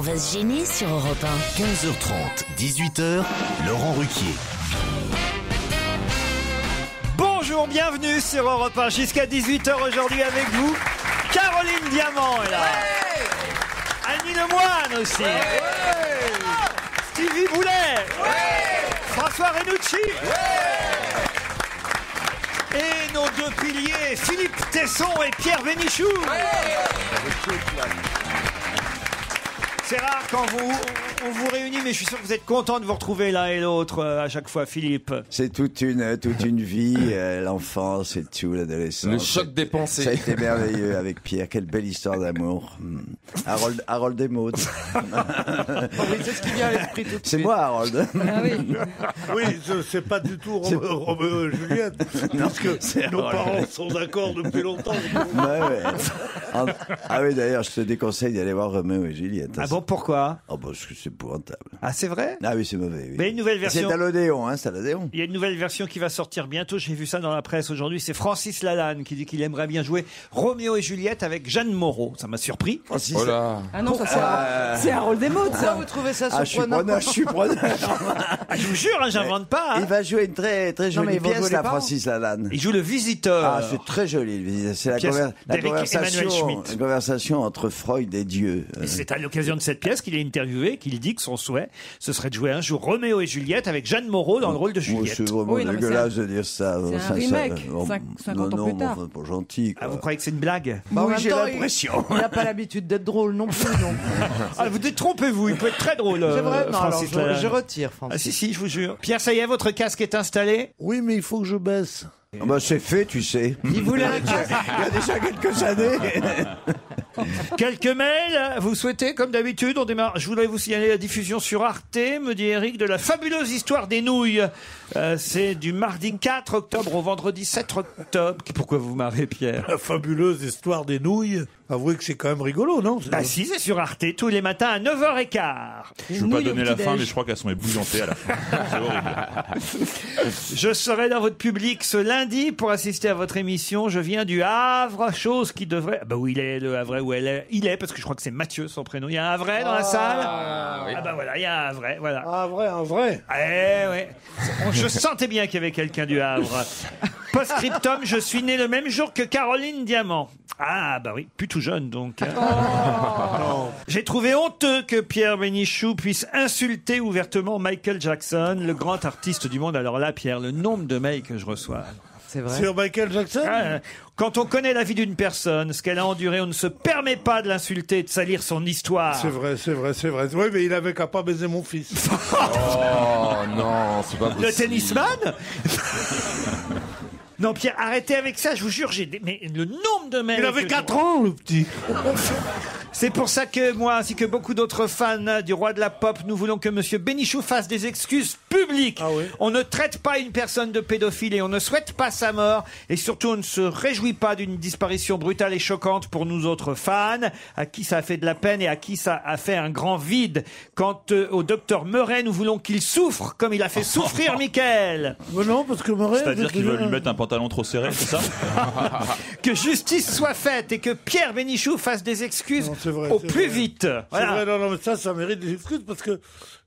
va se gêner sur Europe 15h30, 18h, Laurent Ruquier. Bonjour, bienvenue sur Europe 1 jusqu'à 18h aujourd'hui avec vous. Caroline Diamant est là. Annie Lemoine aussi. Stevie Boulet. François Renucci. Et nos deux piliers, Philippe Tesson et Pierre Vénichou. C'est rare quand vous, on vous réunit, mais je suis sûr que vous êtes contents de vous retrouver l'un et l'autre euh, à chaque fois, Philippe. C'est toute une, euh, toute une vie, euh, l'enfance et tout, l'adolescence. Le choc des pensées. Ça a été merveilleux avec Pierre. Quelle belle histoire d'amour. Hmm. Harold, Harold Desmaudes. c'est ce qui vient à l'esprit tout de Ah C'est moi, Harold. Oui, je- c'est pas du tout Roméo Roméo et Juliette, parce c'est que nos drôle. parents sont d'accord depuis longtemps. Ouais, ouais. En- Ah oui, d'ailleurs, je te déconseille d'aller voir Roméo et Juliette. Ah bon, pourquoi Oh, parce que c'est épouvantable. Ah, c'est vrai Ah oui, c'est mauvais. oui. Mais une nouvelle version. C'est à l'Odéon, hein, c'est à l'Odéon. Il y a une nouvelle version qui va sortir bientôt. J'ai vu ça dans la presse aujourd'hui. C'est Francis Lalanne qui dit qu'il aimerait bien jouer Roméo et Juliette avec Jeanne Moreau. Ça m'a surpris. Francis- Oh là. Ah non, ça c'est un- c'est un rôle des mots, ça. Vous trouvez ça Ah, je suis preneur, je suis preneur. Ah, je vous jure, hein, j'invente pas. hein. Il va jouer une très, très mais jolie ils vont pièce, jouer là, les parents. Francis Lalanne. Il joue le visiteur. Ah, c'est très joli. C'est la, Pièce conver- la d'Eric conversation, Emmanuel Schmitt. la conversation entre Freud et Dieu. Euh, Et c'est à l'occasion de cette pièce qu'il est interviewé, qu'il dit que son souhait, ce serait de jouer un jour Roméo et Juliette avec Jeanne Moreau dans le rôle de Moi, Juliette. c'est vraiment Oui, non, mais dégueulasse de dire ça. c'est un Ça, ça- remake, bon, cinq- non, 50 ans non, plus mais tard. enfin, pas gentil. Quoi. Ah, vous croyez que c'est une blague Bah En oui, même j'ai temps, l'impression. Il n'a pas l'habitude d'être drôle non plus. Donc. Ah, vous détrompez-vous, il peut être très drôle. euh, C'est vrai Non, alors, Francis je, Lalanne. je retire, Ah Francis. si, si, je vous jure. Pierre, ça y est, votre casque est installé Oui, mais il faut que je baisse. Ah bah, c'est fait, tu sais. Il voulait un casque. Il y a déjà quelques années. Quelques mails, vous souhaitez, comme d'habitude, on démarre. Je voudrais vous signaler la diffusion sur Arte, me dit Eric, de la fabuleuse histoire des nouilles. Euh, c'est du mardi 4 octobre au vendredi 7 octobre. Pourquoi vous marrez, Pierre La fabuleuse histoire des nouilles. Avouez que c'est quand même rigolo, non Bah si, c'est sur Arte, tous les matins à 9h15. Je veux pas donner la fin, mais je crois qu'elles sont ébouillantées à la fin. C'est horrible. Je serai dans votre public ce lundi pour assister à votre émission. Je viens du Havre, chose qui devrait... Ah Bah oui, il est le Havre où elle est. Il est, parce que je crois que c'est Mathieu, son prénom. Il y a un Havre dans la salle Ah bah voilà, il y a un Havre, voilà. Ah, vrai, un vrai. Eh ouais. On- Je sentais bien qu'il y avait quelqu'un du Havre. Post-scriptum, je suis né le même jour que Caroline Diamant. Ah bah oui, plus tout jeune donc. hein. Oh. J'ai trouvé honteux que Pierre Bénichou puisse insulter ouvertement Michael Jackson, le grand artiste du monde. Alors là, Pierre, le nombre de mails que je reçois. C'est vrai. Sur Michael Jackson Ah, Quand on connaît la vie d'une personne, ce qu'elle a enduré, on ne se permet pas de l'insulter et de salir son histoire. C'est vrai, c'est vrai, c'est vrai. Oui, mais il avait qu'à pas baiser mon fils. Oh non, c'est pas possible. Le tennisman Non, Pierre, arrêtez avec ça, je vous jure, j'ai des- mais le nombre de mails. Il avait que- 4 ans, le petit. C'est pour ça que moi, ainsi que beaucoup d'autres fans du roi de la pop, nous voulons que Monsieur Bénichou fasse des excuses publiques. Ah oui On ne traite pas une personne de pédophile et on ne souhaite pas sa mort. Et surtout, on ne se réjouit pas d'une disparition brutale et choquante pour nous autres fans, à qui ça a fait de la peine et à qui ça a fait un grand vide. Quant euh, au docteur Murray, nous voulons qu'il souffre comme il a fait souffrir Michael. Mais non, parce que Murray... C'est-à-dire qu'ils veulent lui mettre un pantalon trop serré, c'est ça que justice soit faite et que Pierre Bénichou fasse des excuses Non, c'est vrai, au c'est plus vrai. vite. C'est Voilà. vrai, non, non, mais ça, ça mérite des excuses parce que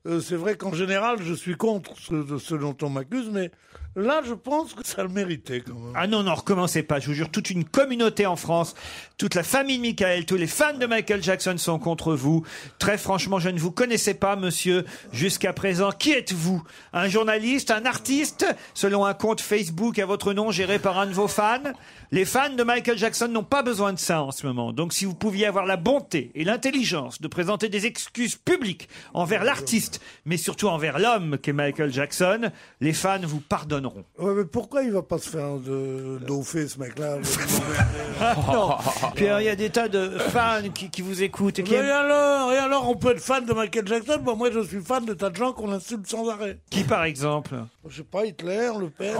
euh, c'est vrai qu'en général, je suis contre ce, ce dont on m'accuse, mais là, je pense que ça le méritait quand même. Ah non, non, recommencez pas, je vous jure, toute une communauté en France, toute la famille de Michael, tous les fans de Michael Jackson sont contre vous. Très franchement, je ne vous connaissais pas, monsieur, jusqu'à présent. Qui êtes-vous Un journaliste Un artiste Selon un compte Facebook à votre nom géré par un de vos fans Les fans de Michael Jackson n'ont pas besoin de ça en ce moment. Donc si vous pouviez avoir la bonté et l'intelligence de présenter des excuses publiques envers l'artiste, mais surtout envers l'homme qu'est Michael Jackson, les fans vous pardonneront. Ouais, mais pourquoi il va pas se faire de daupher, ce mec-là Non. Puis alors, il y a des tas de fans qui, qui vous écoutent et qui, Mais alors, et alors, on peut être fan de Michael Jackson Bon, moi, je suis fan de tas de gens qu'on insulte sans arrêt. Oh. qui, par exemple. Je sais pas, Hitler, Le Pen...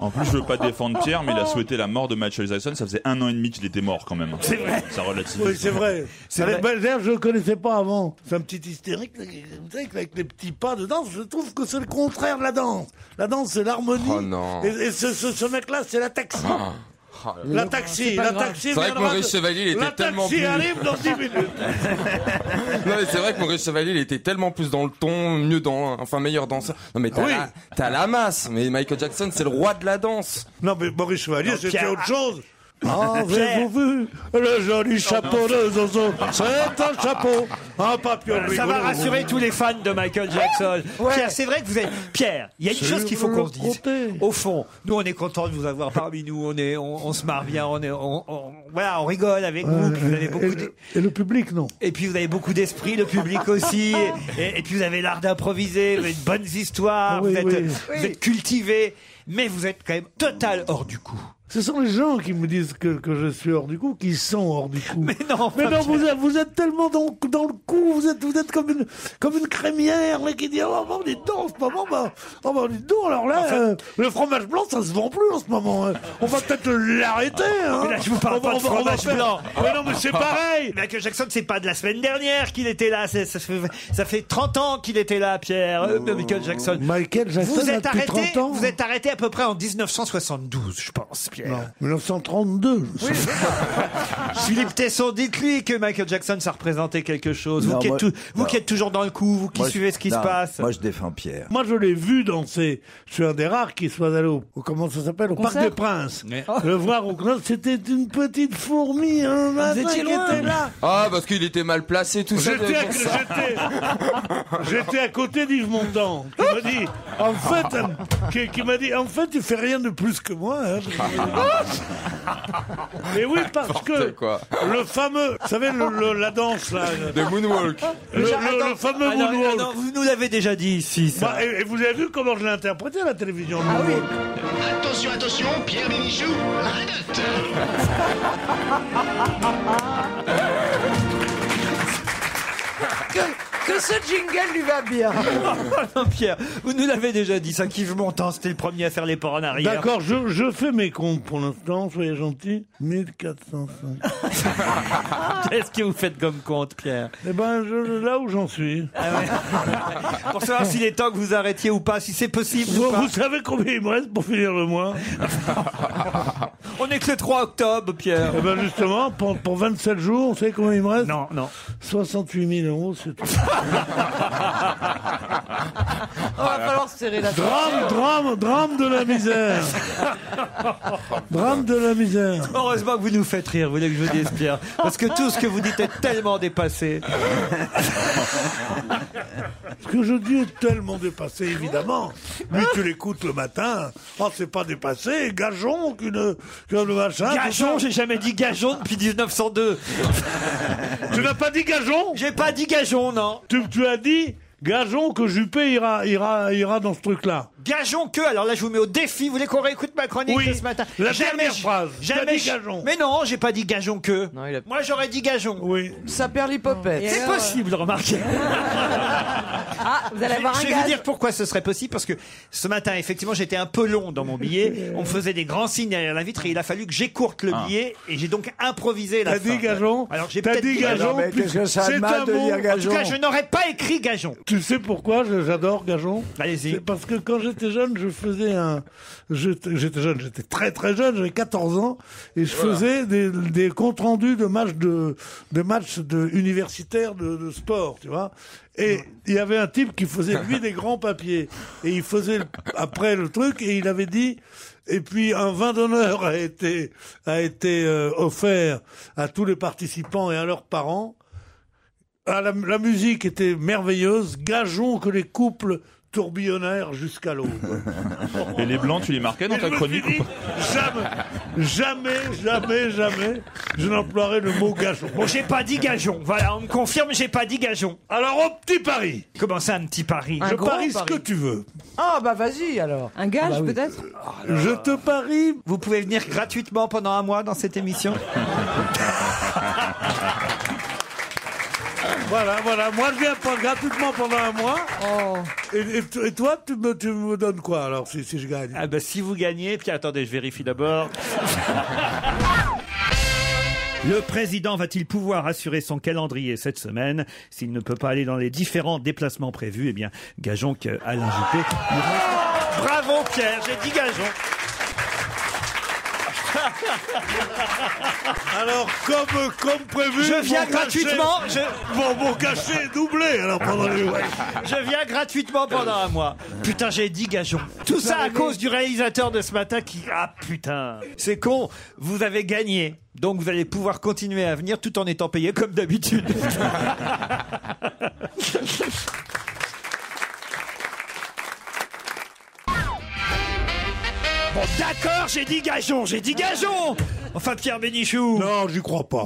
En plus, je veux pas défendre Pierre, mais il a souhaité la mort de Michael Jackson. Ça faisait un an et demi qu'il était mort quand même. C'est vrai. Ça relativise. Oui, c'est vrai. C'est Avec vrai. Belzer, je le connaissais pas avant. C'est un petit hystérique, là, comme ça, avec les petits pas de danse. Je trouve que c'est le contraire de la danse. La danse, c'est l'harmonie. Oh non. Ah. Et, et ce, ce- ce mec-là, c'est la taxe. La taxi, pas la grave. taxi C'est vrai que viendra Maurice de- Chevalier, il était la tellement taxi plus- arrive dans 10 minutes. Non, mais c'est vrai que Maurice Chevalier, il était tellement plus dans le ton, mieux dans, enfin meilleur danseur. Non, mais t'as Ah Oui. la, t'as la masse. Mais Michael Jackson, c'est le roi de la danse. Non, mais Maurice Chevalier, c'était Pierre- autre chose. Avez-vous vu le joli chapeau de Zozo C'est un chapeau, un papillon. Ça rigolo. va rassurer tous les fans de Michael Jackson. Pierre, c'est vrai que vous êtes. Pierre, il y a une chose qu'il faut qu'on se dise. Au fond, nous, on est content de vous avoir parmi nous. On est, on, on se marre bien. On est, on, on- voilà, on rigole avec vous. Puis vous avez beaucoup. Et, d- et le public, non. Et puis vous avez beaucoup d'esprit, le public aussi. Et, et puis vous avez l'art d'improviser, vous avez de bonnes histoires, Oui, vous êtes, oui. vous êtes cultivé, mais vous êtes quand même total hors du coup. Ce sont les gens qui me disent que, que je suis hors du coup, qui sont hors du coup. Mais non, Mais pas non, vous êtes, vous êtes tellement dans, dans le coup, vous êtes, vous êtes comme une, comme une crémière là, qui dit Oh, bah, on est dedans en ce moment, bah, oh, bah, on est dedans, alors là, euh, le fromage blanc, ça se vend plus en ce moment. hein. On va peut-être l'arrêter. Hein. Ah, Mais là, je vous parle On va- pas de on va- on va fromage faire- Ah, blanc. Ah. Mais non, mais c'est pareil. Michael Jackson, c'est pas de la semaine dernière qu'il était là. c'est- Ça fait, ça fait 30 ans qu'il était là, Pierre. euh, Michael Jackson. Michael Jackson Vous a êtes, depuis arrêté, 30 ans. vous êtes arrêté à peu près en 1972, je pense, Pierre. 1932. Philippe Tesson, dites-lui que Michael Jackson, ça représentait quelque chose. vous Non, qui, moi- êtes, tout- vous non. qui êtes toujours dans le coup, vous qui Moi, je- suivez ce qui se non, passe. Moi, je défends Pierre. Moi, je l'ai vu danser. Je suis un des rares qui soit allé au, au- comment ça s'appelle, au Parc Concert des Princes. Le voir au concert, c'était une petite fourmi, un matin étiez qui loin. était là. Ah, parce qu'il était mal placé, tout ça. J'étais à, j'étais, j'étais à côté d'Yves Montand, qui m'a dit, en fait, euh, qui, qui m'a dit, en fait, tu fais rien de plus que moi. hein. Mais oui, parce que quoi. le fameux, vous savez, le- le- la danse, là, De Moonwalk. le, le- le fameux Ah non, moonwalk. ah non, vous nous l'avez déjà dit ici. ça. Bah, et, et vous avez vu comment je l'ai interprété à la télévision. le moonwalk. Attention, attention, Pierre Bénichou, la redoute Que, que ce jingle lui va bien. Oh, Non, Pierre, vous nous l'avez déjà dit. Ça, Yves Montand, c'était le premier à faire les pas en arrière. D'accord, je, je fais mes comptes pour l'instant, soyez gentils. 1405. Ah. Qu'est-ce que vous faites comme compte, Pierre Eh ben, je, là où j'en suis. Pour savoir s'il est temps que vous arrêtiez ou pas, si c'est possible ou bah, Vous, pas. vous savez combien il me reste pour finir le mois On est que le 3 octobre, Pierre. Eh ben, justement, pour, pour 27 jours, vous savez combien il me reste Non, non. 68 000 euros, c'est tout. On va falloir se serrer la main. Drame, drame, drame de la misère. drame de la misère. Heureusement que vous nous faites rire, vous voulez que je vous dise, Pierre. Parce que tout ce que vous dites est tellement dépassé. Ce que je dis est tellement dépassé, évidemment. Mais tu l'écoutes le matin. Oh, c'est pas dépassé. Gageons qu'une, que le machin. tout Gageon, j'ai jamais dit gageon depuis 1902. ça. Tu n'as pas dit gageons J'ai pas dit gageon, non. tu, tu as dit gageons que Juppé ira, ira, ira dans ce truc-là. Gageons que, alors là je vous mets au défi, vous voulez qu'on réécoute ma chronique Oui. de ce matin La dernière phrase. Tu as Jamais dit gageons. Mais non, j'ai pas dit gageons que. Non, il a- Moi j'aurais dit gageons. Oui. Ça perd l'hypopète. C'est possible, remarquez. Ah, vous allez avoir un Je vais vous gage. dire pourquoi ce serait possible, parce que ce matin, effectivement, j'étais un peu long dans mon billet. On me faisait des grands signes derrière la vitre et il a fallu que j'écourte le Ah. billet et j'ai donc improvisé la T'as fin. dit gageons Alors j'ai T'as peut-être dit dit gageons Non, mais puis qu'est-ce que ça a c'est de mal un de mot. dire En tout cas, gageons je n'aurais pas écrit gageons. Tu sais pourquoi je- j'adore gageons Allez-y. C'est parce que quand j'étais jeune, je faisais un. J'étais j'étais jeune, j'étais très très jeune, j'avais 14 ans, et je faisais des, des comptes rendus de matchs de, de matchs de universitaires de, de sport, tu vois. Et il y avait un type qui faisait lui des grands papiers, et il faisait le- après le truc, et il avait dit. Et puis un vin d'honneur a été a été euh, offert à tous les participants et à leurs parents. Ah, la, la musique était merveilleuse. Gageons que les couples tourbillonnèrent jusqu'à l'aube. Et les blancs, tu les marquais dans Et je ta me chronique suis ou dit, Jamais, jamais, jamais, jamais, je n'emploierai le mot gageons. Bon, j'ai pas dit gageons. Voilà, on me confirme, j'ai pas dit gageons. Alors, au petit pari, Comment ça, un petit pari Un je gros parie ce pari. que tu veux. Ah bah vas-y alors. Ah, bah Un gage, peut-être Je te parie Vous pouvez venir gratuitement pendant un mois dans cette émission. Voilà, voilà. Moi, je viens pas gratuitement pendant un mois. Oh. Et, et- et toi, tu me, tu me donnes quoi alors si, ben, si je gagne Ah bah si vous gagnez, puis attendez, je vérifie d'abord. Le président va-t-il pouvoir assurer son calendrier cette semaine S'il ne peut pas aller dans les différents déplacements prévus, eh bien, gageons que Alain Juppé. Bravo Pierre, j'ai dit gageons. Alors, comme, comme prévu. Je viens mon gratuitement, cachet- je- Mon, mon cachet est doublé, alors pendant les. ouais. Je viens gratuitement pendant un mois. Putain, j'ai dit gageons. Tout ça à cause du réalisateur de ce matin qui. Ah putain, c'est con. Vous avez gagné. Donc vous allez pouvoir continuer à venir tout en étant payé comme d'habitude. Bon, d'accord, j'ai dit gageons, j'ai dit gageons Enfin, Pierre Bénichou Non, j'y crois pas.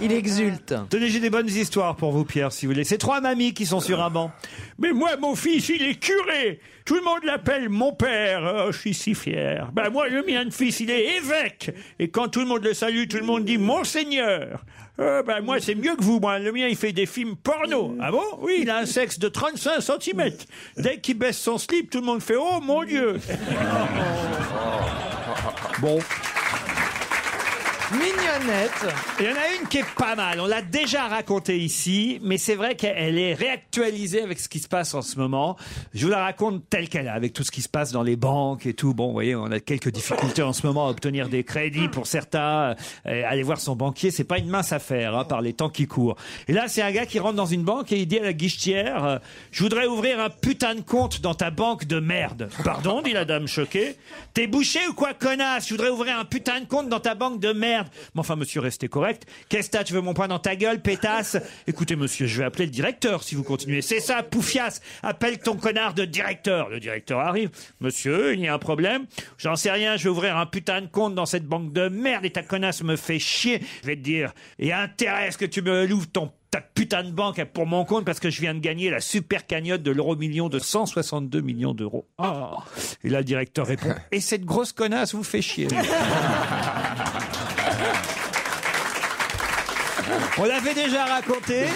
Il exulte. Tenez, j'ai des bonnes histoires pour vous, Pierre, si vous voulez. C'est trois mamies qui sont sur un banc. Mais moi, mon fils, il est curé. Tout le monde l'appelle mon père. Oh, je suis si fier. Ben, moi, le mien de fils, il est évêque. Et quand tout le monde le salue, tout le monde dit Monseigneur. Euh, ben, moi, c'est mieux que vous. Moi, le mien, il fait des films porno. Ah bon Oui, il a un sexe de 35 cm. Dès qu'il baisse son slip, tout le monde fait Oh, mon Dieu Bon. Mignonnette. Il y en a une qui est pas mal. On l'a déjà racontée ici, mais c'est vrai qu'elle est réactualisée avec ce qui se passe en ce moment. Je vous la raconte telle qu'elle est, avec tout ce qui se passe dans les banques et tout. Bon, vous voyez, on a quelques difficultés en ce moment à obtenir des crédits pour certains. Euh, aller voir son banquier, c'est pas une mince affaire hein, par les temps qui courent. Et là, c'est un gars qui rentre dans une banque et il dit à la guichetière euh, Je voudrais ouvrir un putain de compte dans ta banque de merde. Pardon, dit la dame choquée. T'es bouché ou quoi, connasse Je voudrais ouvrir un putain de compte dans ta banque de merde. Mais enfin, monsieur, restez correct. Qu'est-ce que t'as Tu veux mon poing dans ta gueule, pétasse Écoutez, monsieur, je vais appeler le directeur si vous continuez. C'est ça, poufias. Appelle ton connard de directeur. Le directeur arrive. Monsieur, il y a un problème. J'en sais rien, je vais ouvrir un putain de compte dans cette banque de merde et ta connasse me fait chier. Je vais te dire, et intérêt à ce que tu me l'ouvres ton ta putain de banque pour mon compte parce que je viens de gagner la super cagnotte de l'euro million de 162 millions d'euros. Ah. Et là, le directeur répond Et cette grosse connasse vous fait chier. On l'avait déjà raconté,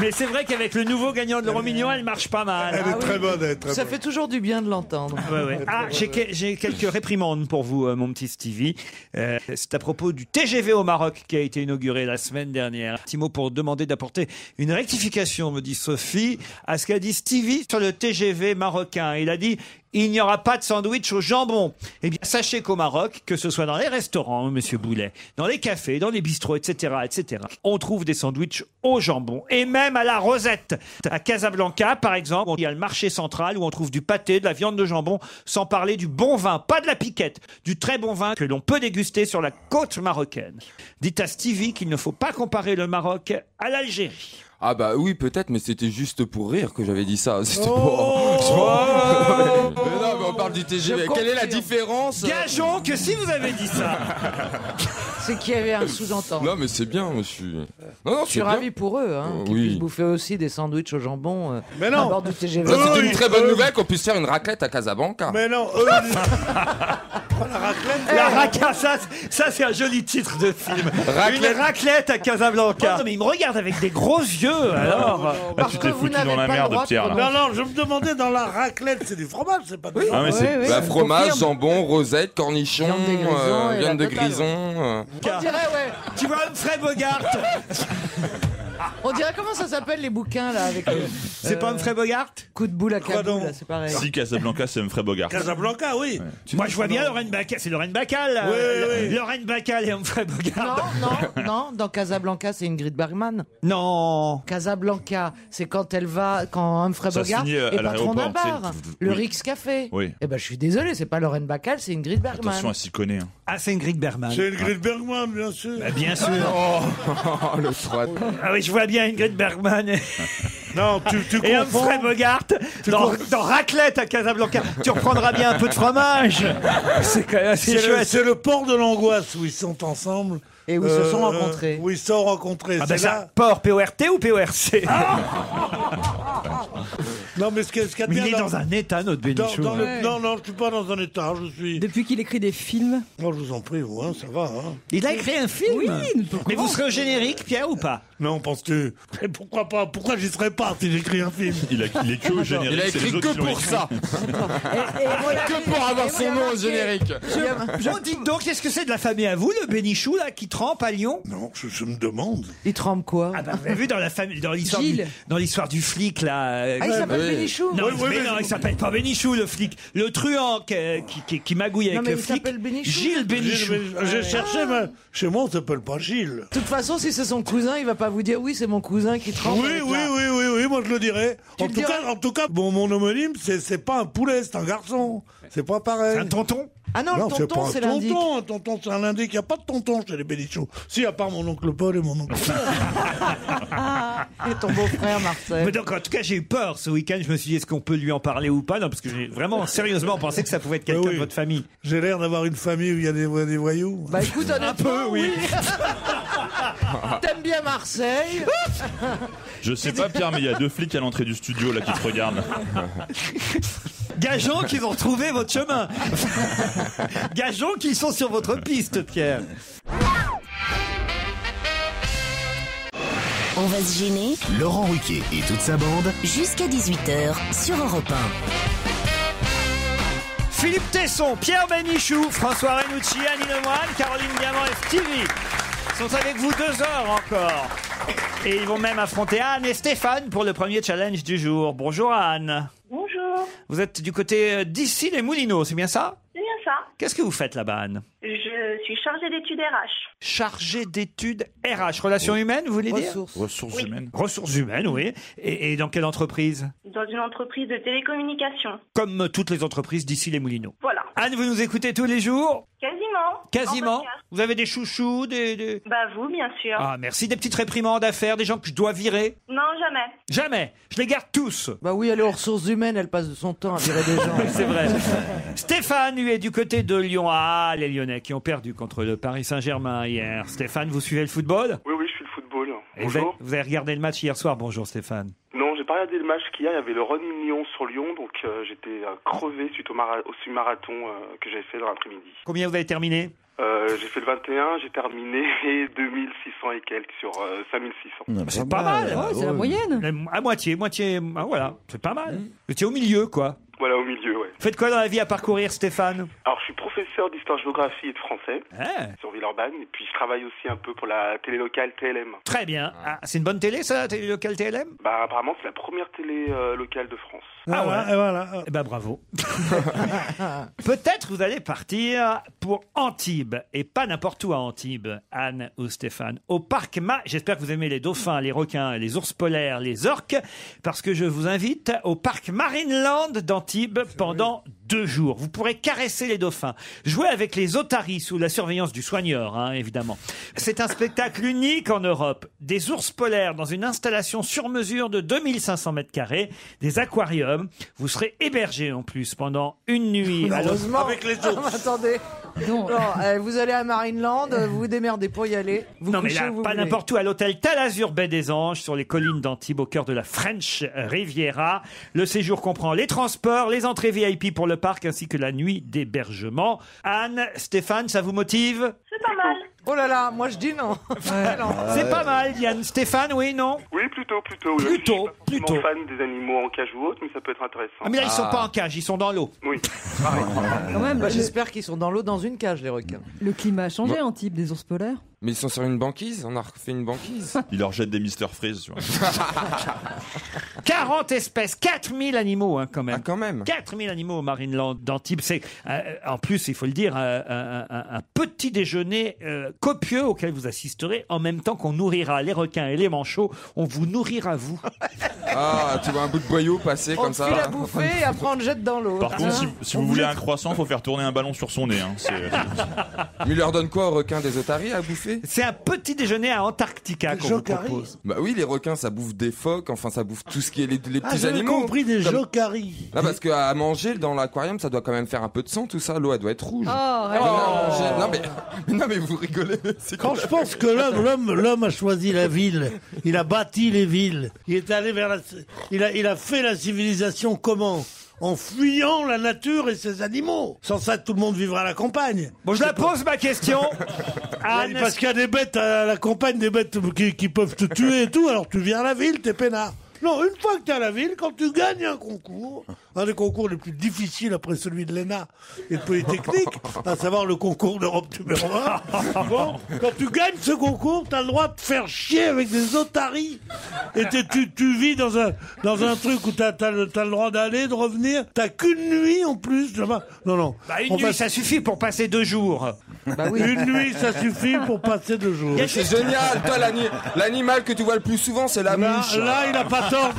mais c'est vrai qu'avec le nouveau gagnant de l'euro million, elle marche pas mal. Elle est très bonne, elle est très Ah, bah Ça bonne. fait toujours du bien de l'entendre. Ouais, ouais. Ah, j'ai que- j'ai quelques réprimandes pour vous, euh, mon petit Stevie. Euh, C'est à propos du TGV au Maroc qui a été inauguré la semaine dernière. Un petit mot pour demander d'apporter une rectification, me dit Sophie, à ce qu'a dit Stevie sur le TGV marocain. Il a dit il n'y aura pas de sandwich au jambon. Eh bien, sachez qu'au Maroc, que ce soit dans les restaurants, hein, monsieur Boulet, dans les cafés, dans les bistrots, etc., etc., on trouve des sandwichs au jambon et même à la rosette. À Casablanca, par exemple, il y a le marché central où on trouve du pâté, de la viande de jambon, sans parler du bon vin, pas de la piquette, du très bon vin que l'on peut déguster sur la côte marocaine. Dites à Stevie qu'il ne faut pas comparer le Maroc à l'Algérie. Ah bah oui, peut-être, mais c'était juste pour rire que j'avais dit ça. C'était Oh. pas- mais non, mais on parle du TGV. Je Quelle est la confirme. différence euh Gageons que si vous avez dit ça, C'est qu'il y avait un sous-entendu. Non, mais c'est bien, monsieur. Non, non, Je c'est suis bien. ravi pour eux, hein, Euh, qu'ils oui. puissent bouffer aussi des sandwichs au jambon euh, Mais non. à bord du TGV. Là, c'est Oui, une très bonne oui. nouvelle qu'on puisse faire une raclette à Casablanca. Mais non, euh, eux. ils- Pas Oh, la raclette. la raclette, ça, ça, c'est un joli titre de film. Raclette. Une raclette à Casablanca. Oh, non, mais il me regarde avec des gros yeux, alors. Oh, Là, tu t'es foutu dans la merde, Pierre. Là. Non, non, je me demandais dans la raclette, c'est du fromage, c'est pas du Ah, mais c'est. Bah, fromage, on jambon, rosette, cornichon, Viande des grisons euh, et la viande de totale. grison. euh. dirait, ouais. Ah. Tu vois, Humphrey Bogart On dirait comment ça s'appelle les bouquins là avec le C'est pas Humphrey Bogart coup de boule à Quoi Kaboul, donc là, c'est pareil. Si Casablanca, c'est Humphrey Bogart. Casablanca, oui. Moi, je vois bien Lorraine Bacall. C'est Lorraine Bacall. là. Oui, oui. Lorraine Bacall et Humphrey Non, Bogart. non, non, dans Casablanca, c'est Ingrid Bergman. Non. Casablanca, c'est quand elle va, quand Humphrey Ça Bogart signait à est patron d'un l'aéroport, bar, tu sais. le Oui. Rix Café. Oui. Eh ben, je suis désolé, c'est pas Lorraine Bacall, c'est Ingrid Bergman. Attention, elle s'y connaît. hein. Ah, c'est Ingrid Bergman. Bah, Ah, bah, C'est Ingrid Bergman, bien sûr. Bien sûr. Oh, le froid. Ah oui, je vois bien Ingrid Bergman et, Non, tu, tu et confonds. Humphrey Bogart dans, dans Raclette à Casablanca. tu reprendras bien un peu de fromage. C'est quand même assez C'est le, chouette. c'est le port de l'angoisse où ils sont ensemble. Euh, Et où Eh ils se sont rencontrés. Où ils se sont rencontrés. Ah ben c'est ça, là. Ah, port, PORT ou PORC Non, mais ce qu'il y a- ce qu'il y a de Il bien est dans un état, notre dans- Bénichou. dans le- hein. Non, non, je suis pas dans un état, je suis... Depuis qu'il écrit des films. Moi, je vous en prie, vous, hein, ça va. Hein. Il a écrit un film Oui, Mais vous pourquoi serez au générique, Pierre, ou pas Non, penses-tu Mais pourquoi pas Pourquoi j'y serais pas si j'écris un film Il, a, il est que au générique. Il a c'est les écrit autres que qui l'ont pour ça. que pour avoir son nom au générique. Bon, dites donc, qu'est-ce que c'est de la famille à vous, le Bénichou, là, qui trempe à Lyon Non, je, je me demande. Il trempe quoi Ah bah, vous avez vu dans la famille, dans l'histoire Gilles. du, dans l'histoire du flic là. euh, Ah, il s'appelle oui, Bénichou. Non, Oui, oui, mais mais- non, il s'appelle pas Bénichou, le flic. Le truand qui, qui- qui- qui magouille avec Non, mais le il flic. s'appelle Bénichou. Gilles Bénichou. J'ai cherché, mais chez moi, on s'appelle pas Gilles. De toute façon, si c'est son cousin, il va pas vous dire oui, c'est mon cousin qui Oui, trempe. oui, avec oui, la- oui, oui, moi je le dirais. Tu En le tout, dirais cas, en tout cas, bon, mon homonyme, c'est c'est pas un poulet, c'est un garçon. C'est pas pareil. Un tonton Ah non, le pas tonton, un c'est lundi. tonton, un tonton, c'est un indique. Il n'y a pas de tonton chez les Bénichou. Si, à part mon oncle Paul et mon oncle. Ah, Et ton beau-frère, Mais Marcel. donc, en tout cas, j'ai eu peur ce week-end. Je me suis dit, est-ce qu'on peut lui en parler ou pas Non, parce que j'ai vraiment sérieusement pensé que ça pouvait être quelqu'un oui. de votre famille. J'ai l'air d'avoir une famille où il y a des, des voyous. Bah écoute, un peu, oui. T'aimes bien Marseille Je sais pas, Pierre, mais il y a deux flics à l'entrée du studio là qui te regardent. Gageons qu'ils ont trouvé votre chemin. Gageons qu'ils sont sur votre piste, Pierre. On va se gêner Laurent Ruquier et toute sa bande. jusqu'à 18h sur Europe Philippe Tesson, Pierre Benichou, François Renucci, Annie Lemoine, Caroline Diamant et Stevie sont avec vous deux heures encore. Et ils vont même affronter Anne et Stéphane pour le premier challenge du jour. Bonjour Anne. Bonjour, Vous êtes du côté euh, d'ici les Moulineaux, c'est bien ça c'est bien ça. Qu'est-ce que vous faites là-bas, Anne Je suis chargée d'études RH. Chargée d'études RH, relations humaines, vous voulez dire Ressources. Ressources humaines. Ressources humaines, oui. Et, et dans quelle entreprise Dans une entreprise de télécommunications. Comme toutes les entreprises d'ici les Moulineaux. Voilà, Anne, vous nous écoutez tous les jours quasiment. En Quasiment. podcast. Vous avez des chouchous, des- des... Oh, Bah vous, bien sûr. Ah, merci. Des petites réprimandes à faire, des gens que je dois virer. Non, jamais. Jamais. Je les garde tous. Bah oui, elle est aux ressources humaines, elle passe de son temps à virer des gens. C'est vrai. Stéphane, lui, est du côté de Lyon. Ah, les Lyonnais qui ont perdu contre le Paris Saint-Germain hier. Stéphane, vous suivez le football Oui, oui, je suis le football. Et vous, avez, vous avez regardé le match hier soir. Bonjour, Stéphane. Non, j'ai pas regardé le match qu'hier. Il y avait le running Lyon sur Lyon, donc euh, j'étais euh, crevé suite au, mara- au semi-marathon euh, que j'avais fait dans l'après-midi. Combien vous avez terminé Euh, j'ai fait le 21, j'ai terminé 2600 et quelques sur euh, 5600. Ah, C'est pas mal. hein. Ouais, Ah, c'est la moyenne. Mm. À moitié, moitié. ah, voilà, c'est pas mal. Vous étiez au milieu, quoi. Voilà, au milieu, ouais. Faites quoi dans la vie à parcourir, Stéphane Alors, je suis professeur d'histoire-géographie et de français Eh, sur Villeurbanne, et puis je travaille aussi un peu pour la télé locale TLM. Très bien. Ah, c'est une bonne télé, ça, la télé locale TLM Bah, apparemment, c'est la première télé euh, locale de France. Ah voilà, ouais. et voilà. Eh ben bravo. Peut-être vous allez partir pour Antibes et pas n'importe où à Antibes, Anne ou Stéphane. Au parc Ma, j'espère que vous aimez les dauphins, les requins, les ours polaires, les orques, parce que je vous invite au parc Marineland d'Antibes pendant deux jours. Vous pourrez caresser les dauphins, jouer avec les otaries sous la surveillance du soigneur, hein, évidemment. C'est un spectacle unique en Europe. Des ours polaires dans une installation sur mesure de 2500 mètres carrés, des aquariums. Vous serez hébergé en plus pendant une nuit. à l'hôtel. Heureusement. Avec les autres. Attendez. Non, euh, vous allez à Marineland, euh, vous vous démerdez pour y aller. Vous non mais couchez là, où vous pas voulez. n'importe où, à l'hôtel Talazur Bay des Anges, sur les collines d'Antibes, au cœur de la French Riviera. Le séjour comprend les transports, les entrées VIP pour le parc, ainsi que la nuit d'hébergement. Anne, Stéphane, ça vous motive C'est pas mal. Oh là là, moi je dis non. Ouais, non. C'est pas mal, Yann. Stéphane, oui, non Oui, plutôt, Oh, plutôt. oui. Plutôt, Je suis pas plutôt. forcément fan des animaux en cage ou autre, mais ça peut être intéressant. Ah mais là, ils sont pas en cage, ils sont dans l'eau. Oui. Quand même, Bah, le, J'espère qu'ils sont dans l'eau dans une cage, les requins. le climat a changé en type des ours polaires. Mais ils sont sur une banquise, on a refait une banquise. Ils leur jettent des Mister Freeze, tu vois. 40 espèces, 4000 animaux hein, quand Ah même. quand même 4000 animaux au Marineland d'Antibes. C'est, euh, en plus, il faut le dire, euh, un, un- un petit déjeuner euh, copieux auquel vous assisterez en même temps qu'on nourrira les requins et les manchots. On vous nourrira, vous. Ah tu vois un bout de boyau passer On comme te file ça. hein. à bouffer et après on te jette dans l'eau. Hein Par contre, si, si Ah. On vous voulez jette- un croissant, faut faire tourner un ballon sur son nez. Hein. C'est- Mais il leur donne quoi aux requins des otaries à bouffer C'est un petit déjeuner à Antarctica qu'on vous Jocari. propose. Bah oui les requins ça bouffe des phoques, enfin ça bouffe tout ce qui est les, les Ah, petits j'avais animaux. compris des Comme- jocaries. Non parce que à manger dans l'aquarium ça doit quand même faire un peu de sang tout ça, l'eau elle doit être rouge. Oh, Mais non, arrête. à manger- non, mais, mais non mais vous rigolez. c'est Quand quoi je pense que l'homme, l'homme, l'homme a choisi la ville, il a bâti les villes, il est allé vers la, il a, il a fait la civilisation comment En fuyant la nature et ses animaux. Sans ça, tout le monde vivra à la campagne. Bon, je la pose ma question. Anne, Parce qu'il y a des bêtes à la campagne, des bêtes qui, qui peuvent te tuer et tout. Alors tu viens à la ville, t'es peinard. Non, une fois que tu es à la ville, quand tu gagnes un concours, un des concours les plus difficiles après celui de l'ENA et de Polytechnique, à savoir le concours d'Europe numéro 1, bon, quand tu gagnes ce concours, tu as le droit de faire chier avec des otaries. Et t'es- tu, tu vis dans un, dans un truc où tu as, le t'as le droit d'aller, de revenir. T'as qu'une nuit en plus. je sais pas. Non, non. Bah, une On nuit, passe- ça suffit pour passer deux jours. Bah Une nuit, ça suffit pour passer deux jours. Mais C'est génial, toi l'ani- l'animal que tu vois le plus souvent c'est la Là- mouche. là, il a pas tort.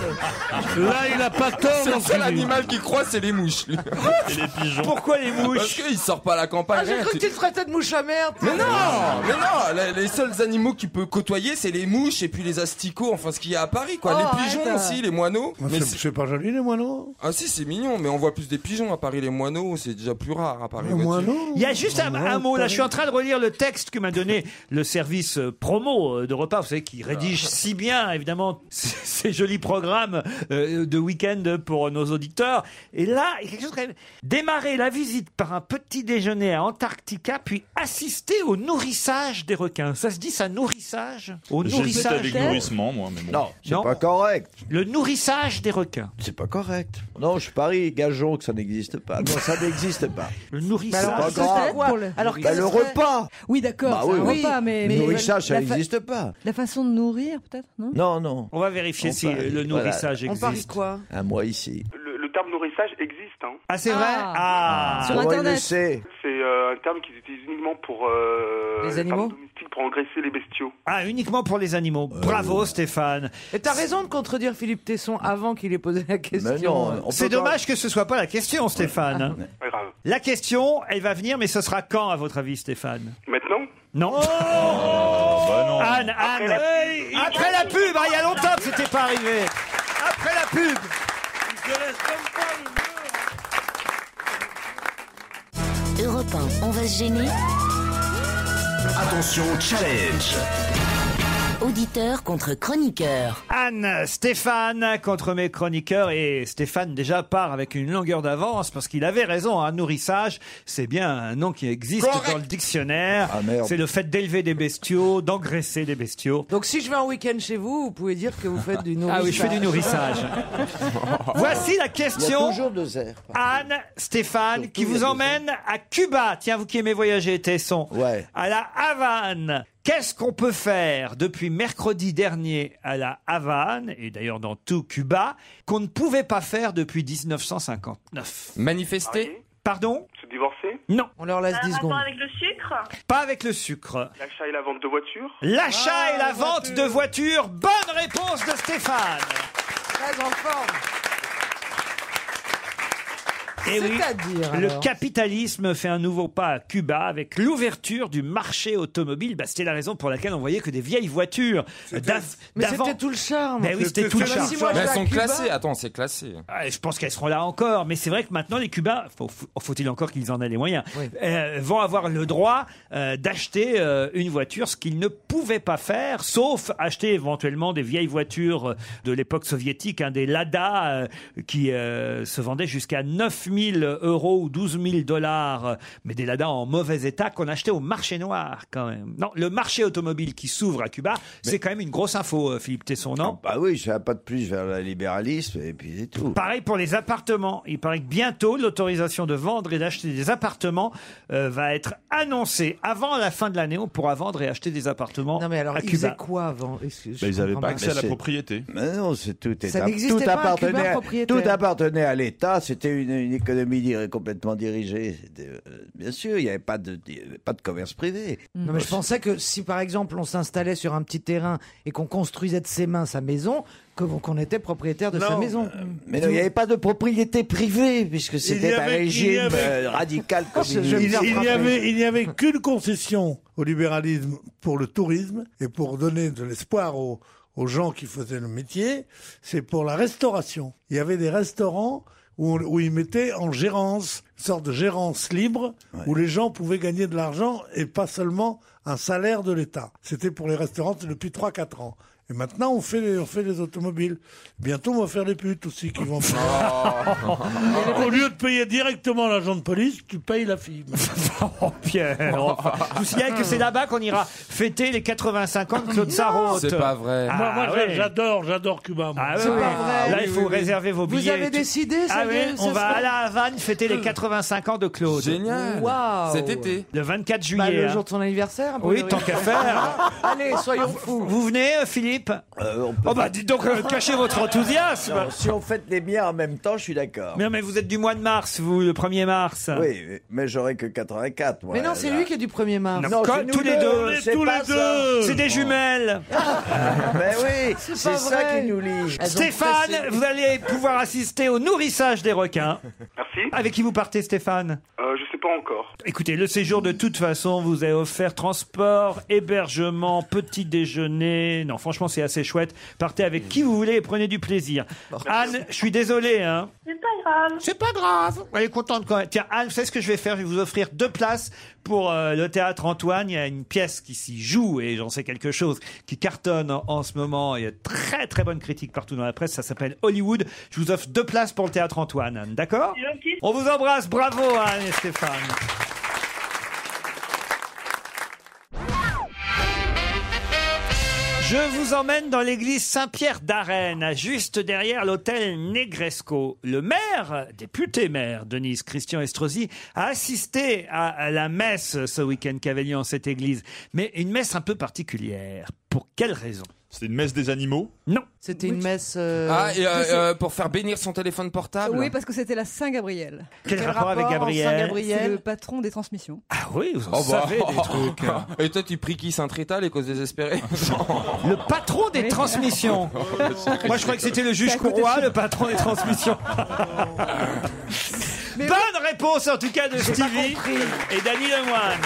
Là, il a pas tort, C'est le mon seul Philippe. animal qui croit c'est les mouches. lui. Pourquoi les mouches Parce qu'il sort pas à la campagne. Ah, j'ai rien, cru que c'est- tu te traitais de mouche à merde. Mais non, mais non, les, les seuls animaux qu'il peut côtoyer, c'est les mouches et puis les asticots, enfin ce qu'il y a à Paris, quoi. Oh, les pigeons arrête. aussi, les moineaux. Bah, Mais c'est- c'est- C'est pas joli, les moineaux. ah si, c'est mignon, mais on voit plus des pigeons à Paris. Les moineaux, c'est déjà plus rare à Paris. Les vois-tu. moineaux Il y a juste un, un mot, là je suis en train de relire le texte que m'a donné le service euh, promo euh, de repas, vous savez, qui rédige si bien évidemment ces- ces jolis programmes euh, de week-end pour nos auditeurs. Et là, il y a quelque chose quand même. Démarrer la visite par un petit déjeuner à Antarctica, puis assister au nourrissage des requins. Ça se dit ça, nourrissage Au J'hésite nourrissage avec des- nourrissement, moi, mais bon. Non, c'est Non. pas correct. Le nourrissage des requins. C'est pas correct. Non, je parie, gageons que ça n'existe pas. Non, ça n'existe pas. Le Bah C'est nourrissage. pas grave. pour le- Alors, Bah, quel le serait- repas. Oui, d'accord, Bah c'est un oui, oui. repas, mais. Le mais- nourrissage, ça la fa- n'existe pas. La façon de nourrir, peut-être, non Non, non. On va vérifier si parie, le voilà. nourrissage existe. quoi À moi ici. Le, le terme nourrissage existe. Hein. Ah, c'est vrai Ah. Sur Comment il le Internet. sait C'est euh, un terme qu'ils utilisent uniquement pour euh, Les les femmes animaux domestiques pour engraisser les bestiaux. Ah, uniquement pour les animaux. Bravo Stéphane. Et t'as raison de contredire Philippe Tesson avant qu'il ait posé la question. euh. C'est dommage que ce soit pas la question, Stéphane. Pas grave. La question, elle va venir, mais ce sera quand, à votre avis, Stéphane Maintenant Non. Ah, bah Anne, Anne. Après la pub, hein, il y a longtemps que c'était pas arrivé. Après la pub. Europe 1, on va se gêner. Attention, challenge. Auditeur contre chroniqueur. Anne, Stéphane contre mes chroniqueurs et Stéphane déjà part avec une longueur d'avance parce qu'il avait raison. Un nourrissage, c'est bien un nom qui existe dans le dictionnaire. Ah, c'est le fait d'élever des bestiaux, d'engraisser des bestiaux. Donc si je vais en week-end chez vous, vous pouvez dire que vous faites du nourrissage. Ah oui, je fais du nourrissage. Voici la question. Il y a toujours deux airs. Anne, Stéphane, qui il y a vous des emmène à Cuba. Tiens, vous qui aimez voyager, Tesson. À la Havane. Qu'est-ce qu'on peut faire depuis mercredi dernier à la Havane, et d'ailleurs dans tout Cuba, qu'on ne pouvait pas faire depuis 1959 Manifester Pardon Ah Se divorcer Ah, Non. On leur laisse Un rapport avec le sucre Pas avec le sucre. L'achat et la vente de voitures L'achat Ah, et Ah, la vente de voitures. Bonne réponse de Stéphane. Très en forme. Eh oui, C'est-à-dire, le alors capitalisme fait un nouveau pas à Cuba avec l'ouverture du marché automobile. Bah, c'était la raison pour laquelle on voyait que des vieilles voitures d'av- Mais d'avant. c'était tout le charme. Mais oui, c'était tout le Même charme. si moi, je Mais vais elles à sont Cuba- classées. Attends, c'est classé. Ah, Je pense qu'elles seront là encore, mais c'est vrai que maintenant les Cubains, faut- oh, faut-il encore qu'ils en aient les moyens, euh, vont avoir le droit euh, d'acheter euh, une voiture, ce qu'ils ne pouvaient pas faire, sauf acheter éventuellement des vieilles voitures euh, de l'époque soviétique, hein, des Lada euh, qui euh, se vendaient jusqu'à 9000 euros ou 12 000 dollars, euh, mais des Lada en mauvais état qu'on achetait au marché noir quand même. Non, le marché automobile qui s'ouvre à Cuba, c'est quand même une grosse info, euh, Philippe Tesson, non Bah oui, je fais un pas de plus vers le libéralisme et puis c'est tout. Pareil pour les appartements. Il paraît que bientôt, l'autorisation de vendre et d'acheter des appartements euh, va être annoncée. Avant la fin de l'année, on pourra vendre et acheter des appartements Non mais alors, à ils faisaient Cuba. quoi avant Est-ce que Bah, je Mais ils n'avaient comprends pas accès à la propriété. Mais non, c'est tout est Ça app- n'existait tout pas, un appartenait, Cubain à- propriétaire. tout appartenait à l'État. C'était une, une économie diri- complètement dirigée. C'était, euh, bien sûr, il n'y avait pas de il y avait pas de commerce privé. Non mais je pensais que si par exemple on s'installait sur un petit terrain et qu'on construisait de ses mains sa maison, que- qu'on était propriétaire de sa Non, maison. Mais non, il n'y avait pas de propriété privée puisque Il y c'était un avait- il y régime avait- euh, radical Oh, Il, communiste. il y avait, il n'y avait qu'une concession au libéralisme pour le tourisme et pour donner de l'espoir aux, aux gens qui faisaient le métier, c'est pour la restauration. Il y avait des restaurants où, on- où ils mettaient en gérance sorte de gérance libre où les gens pouvaient gagner de l'argent et pas seulement un salaire de l'État. C'était pour les restaurants c'est depuis 3-4 ans. Et maintenant, on fait, les, on fait les automobiles. Bientôt, on va faire les putes aussi qui vont Au lieu de payer directement l'agent de police, tu payes la fille. oh, Pierre enfin. Je vous signale que c'est là-bas qu'on ira fêter les 85 ans de Claude Sarraute. C'est pas vrai. Moi, moi, Ah j'a- ouais. j'adore, j'adore Cuba. moi. Ah oui, oui. Là, il faut réserver vos Vous billets. avez et tout. décidé, ça Ah oui, y est, on ce va soir à La Havane fêter les 85 ans de Claude. Génial. Waouh. Cet été. Le 24 juillet. Bah, le hein. jour de son anniversaire. un peu Oui, de- tant qu'à faire. Allez, soyons fous. Vous venez, euh, Philippe Oh bah dites donc, euh, cachez votre enthousiasme. Non, si on fête les biens en même temps, je suis d'accord. Mais non, mais vous êtes du mois de mars, vous, le 1er mars. Oui, mais j'aurais que 84, moi. Mais non, c'est lui qui est du 1er mars. Oh. Non, quand- tous les deux, c'est pas ça. c'est des jumelles. Mais Ah, ben oui, c'est pas ça vrai. qui nous lie. Stéphane, vous allez pouvoir assister au nourrissage des requins. Merci. Avec qui vous partez, Stéphane Euh, je sais pas encore. Écoutez, le séjour de toute façon vous est offert transport, hébergement, petit déjeuner. Non, franchement, c'est assez chouette. Partez avec qui vous voulez et prenez du plaisir. Anne, je suis désolé. Hein. C'est pas grave. C'est pas grave. Elle est contente quand même. Tiens, Anne, vous savez ce que je vais faire Je vais vous offrir deux places pour euh, le théâtre Antoine. Il y a une pièce qui s'y joue et j'en sais quelque chose qui cartonne en, en ce moment. Il y a très très bonne critique partout dans la presse. Ça s'appelle Hollywood. Je vous offre deux places pour le théâtre Antoine. Anne, D'accord On vous embrasse. Bravo Anne et Stéphane. Je vous emmène dans l'église Saint-Pierre d'Arène, juste derrière l'hôtel Negresco. Le maire, député maire, Denise Christian Estrosi, a assisté à la messe ce week-end qu'avait lieu en cette église. Mais une messe un peu particulière. Pour quelle raison C'était une messe des animaux Non. C'était une messe. Ah, et euh, euh, pour faire bénir son téléphone portable Ah Oui, parce que c'était la Saint-Gabriel. Quel Quel rapport rapport avec Gabriel Saint-Gabriel C'est le patron des transmissions. Ah oui, vous en Oh bah. savez des trucs. Et toi, tu pries qui Saint-Trétal et causes désespérées Le patron des transmissions. Oh, Moi, je crois que c'était le juge Courroie, le patron des transmissions. Oh. Bonne réponse, en tout cas, de J'ai pas Stevie et Dany Lemoine.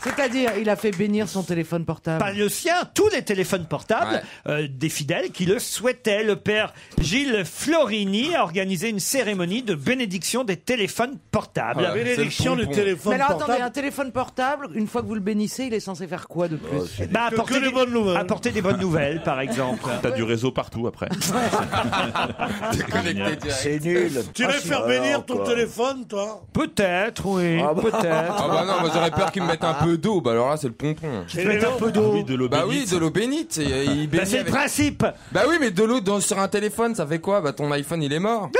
C'est-à-dire, il a fait bénir son téléphone portable. Pas le sien, tous les téléphones portables euh, des fidèles qui le souhaitaient. Le père Gilles Florini a organisé une cérémonie de bénédiction des téléphones portables. Ah, La bénédiction du téléphone Mais alors attendez, un portable. téléphone portable, une fois que vous le bénissez, il est censé faire quoi de Oh, Oh, plus Bah, apporter des, bonnes nouvelles. Apporter des bonnes nouvelles, par exemple. T'as du réseau partout après. C'est nul. Tu vas Ah, si. faire Alors, bénir ton quoi. téléphone, toi Peut-être, oui. Peut-être. Ah bah non, moi, j'aurais peur qu'il me mette un peu d'eau. Bah alors là, c'est le pompon. Tu mets un peu d'eau. Bah oui, de l'eau bénite. et, euh, il Bah, bénit c'est le avec- principe. Bah oui, mais de l'eau dans- sur un téléphone, ça fait quoi Bah ton iPhone, il est mort.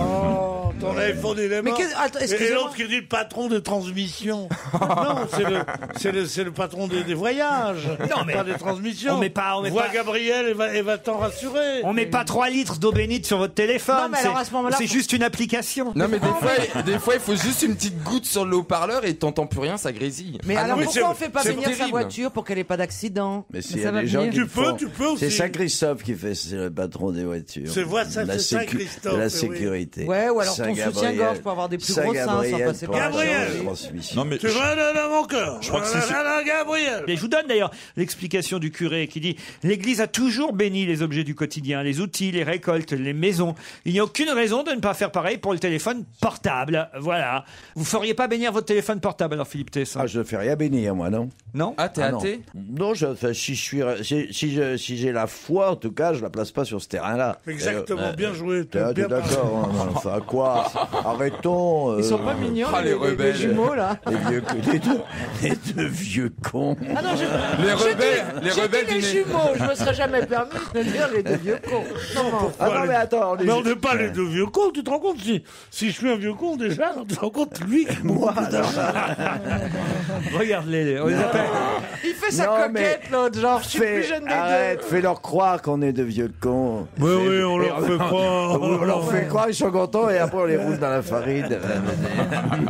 Oh, Ton iPhone, il est Mais mort. qu'est- attends, Et- et excusez-moi. l'autre qui dit le patron de transmission. non, c'est le, c'est le, c'est le patron des, des voyages. Non, mais- Pas des transmissions. on met pas- on met Vois pas- Gabriel et va, et va t'en rassurer. On met pas 3 litres d'eau bénite sur votre Non, téléphone. mais c'est- alors, à ce moment-là, C'est faut- Ah, juste une application. Non mais des fois, des fois, il faut juste une petite goutte sur le haut-parleur et t'entends plus rien, ça grésille. Mais Ah alors non, pourquoi on fait pas c'est venir sa terrible. voiture pour qu'elle ait pas d'accident Mais s'il y a des gens qui Tu le peux, font. tu peux aussi. C'est Saint-Christophe qui fait, c'est le patron des voitures. C'est vrai, ça, De la c'est sécu- Saint-Christophe, de oui. La sécurité. Ouais, ou alors ton Saint-Gabriel. soutien-gorge pour avoir des plus gros seins sans Saint-Gabriel passer pour par la Gabriel. charge de transmission. Non mais Tu vas là, là, mon cœur. Je crois que c'est ce- Gabriel. Mais je vous donne d'ailleurs l'explication du curé qui dit L'Église a toujours béni les objets du quotidien, les outils, les récoltes, les maisons. Il n'y a aucune raison de ne pas faire pareil pour le téléphone portable. Voilà. Vous feriez pas bénir votre téléphone portable alors, Philippe Tesson Ah, je ne fais rien bénir, moi, non Non Ah, t'es Ah, non. athée Non, je, enfin, si je suis, si, si je- si j'ai la foi, en tout cas, je la place pas sur ce terrain-là. Exactement, Euh, euh, bien joué. t'es- t'as t'es bien d'accord. hein, enfin, quoi Arrêtons. euh, Ils sont pas mignons, Ah, les les, les- les rebelles. jumeaux là. Les, vieux, les, deux, les deux vieux cons. Ah non, j'ai Les rebelles, les j'ai dit rebelles les du nez. jumeaux, je me serais jamais permis de dire les deux vieux cons. Comment Ah non, mais attends, les Mais on n'est pas les deux vieux cons, tu te rends compte si, si je suis un vieux con déjà, tu te rends compte lui Moi Regarde-les. on les appelle. Il fait sa Non, coquette l'autre, genre je suis le Fais- plus jeune des arrête, deux. fais-leur croire qu'on est de vieux cons. Mais Fais- oui, on leur fait croire. On leur fait croire, ils sont contents et après on les roule dans la farine.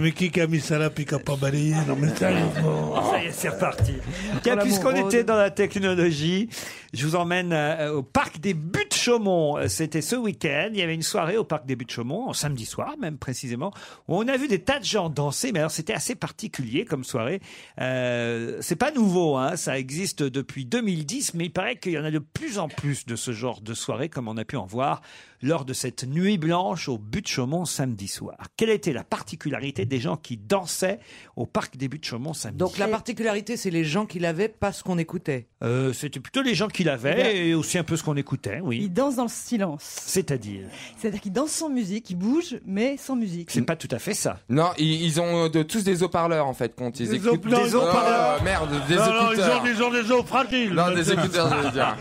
Mais qui qui a mis ça là puis qui a pas balayé Non mais sérieusement. Ah, Ça y est, c'est reparti. Tiens, la puisqu'on bourraude. était dans la technologie, je vous emmène euh, au parc des buttes Chaumont. Euh, C'était ce week-end. Il y avait une soirée au parc des Buttes de Chaumont, en samedi soir même précisément, où on a vu des tas de gens danser. Mais alors c'était assez particulier comme soirée. Euh, c'est pas nouveau, hein. ça existe depuis 2010, mais il paraît qu'il y en a de plus en plus de ce genre de soirée, comme on a pu en voir lors de cette nuit blanche au Buttes de Chaumont samedi soir. Quelle était la particularité des gens qui dansaient au parc des Buttes de Chaumont samedi Donc la particularité, c'est les gens qui l'avaient pas ce qu'on écoutait. euh, C'était plutôt les gens qui Eh bien- l'avaient et aussi un peu ce qu'on écoutait, oui. Ils dansent dans le silence. C'est-à-dire C'est-à-dire qu'ils dansent sans musique, ils bougent, mais sans musique. C'est pas tout à fait ça. Non, ils, ils ont euh, de- tous des haut-parleurs en fait quand ils Des écoutent. haut- des Ah, haut-parleurs. Merde, des non, non, ils écouteurs. ont, ils ont des os fragiles. Non, des écouteurs, je veux dire.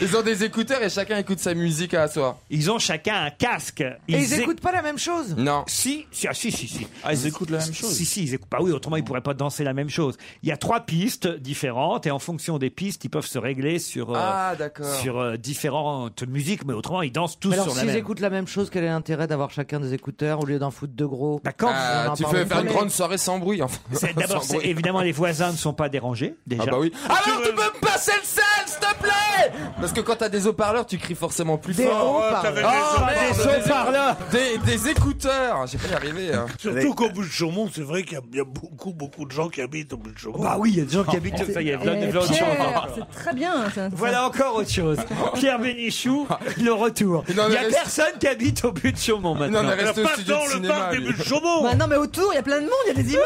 Ils ont des écouteurs et chacun écoute sa musique à soi. Ils ont chacun un casque. Et ils écoutent pas la même chose Non. Si, si, ah, si, si, si. Ah, ils écoutent la même chose Si, si, ils écoutent. Bah oui, autrement, ils pourraient pas danser la même chose. Il y a trois pistes différentes et en fonction des pistes, ils peuvent se régler sur, euh, Ah, d'accord. sur euh, différentes musiques, mais autrement, ils dansent tous Alors sur la s'ils même. écoutent la même chose, quel est l'intérêt d'avoir chacun des écouteurs au lieu d'en foutre deux gros D'accord. Ah, tu peux faire une grande soirée sans bruit. Enfin. C'est- D'abord, Sans c'est- bruit. évidemment, les voisins ne sont pas dérangés, déjà. Ah bah oui. Alors tu peux me passer le sel, s'il te plaît Parce que quand t'as des haut-parleurs, tu cries forcément plus Des fort. haut-parleurs. Oh, Des merde, haut-parleurs. Des, des écouteurs J'ai pas y arriver. hein. Surtout qu'au bout de Chaumont, c'est vrai qu'il y a- il y, a beaucoup, beaucoup de gens qui habitent au bout de Chaumont. Bah oui, il y a des gens qui habitent- Eh, ça y est, plein de gens qui Pierre, c'est très bien. ça. Voilà encore autre chose. Pierre Bénichou, le retour. Il en n'y a reste- personne qui habite au but de Chaumont maintenant. Il en reste Pas au studio dans de le cinéma, parc des lui. Buttes de Chaumont. Bah non, mais autour, il y a plein de monde, il y a des immeubles.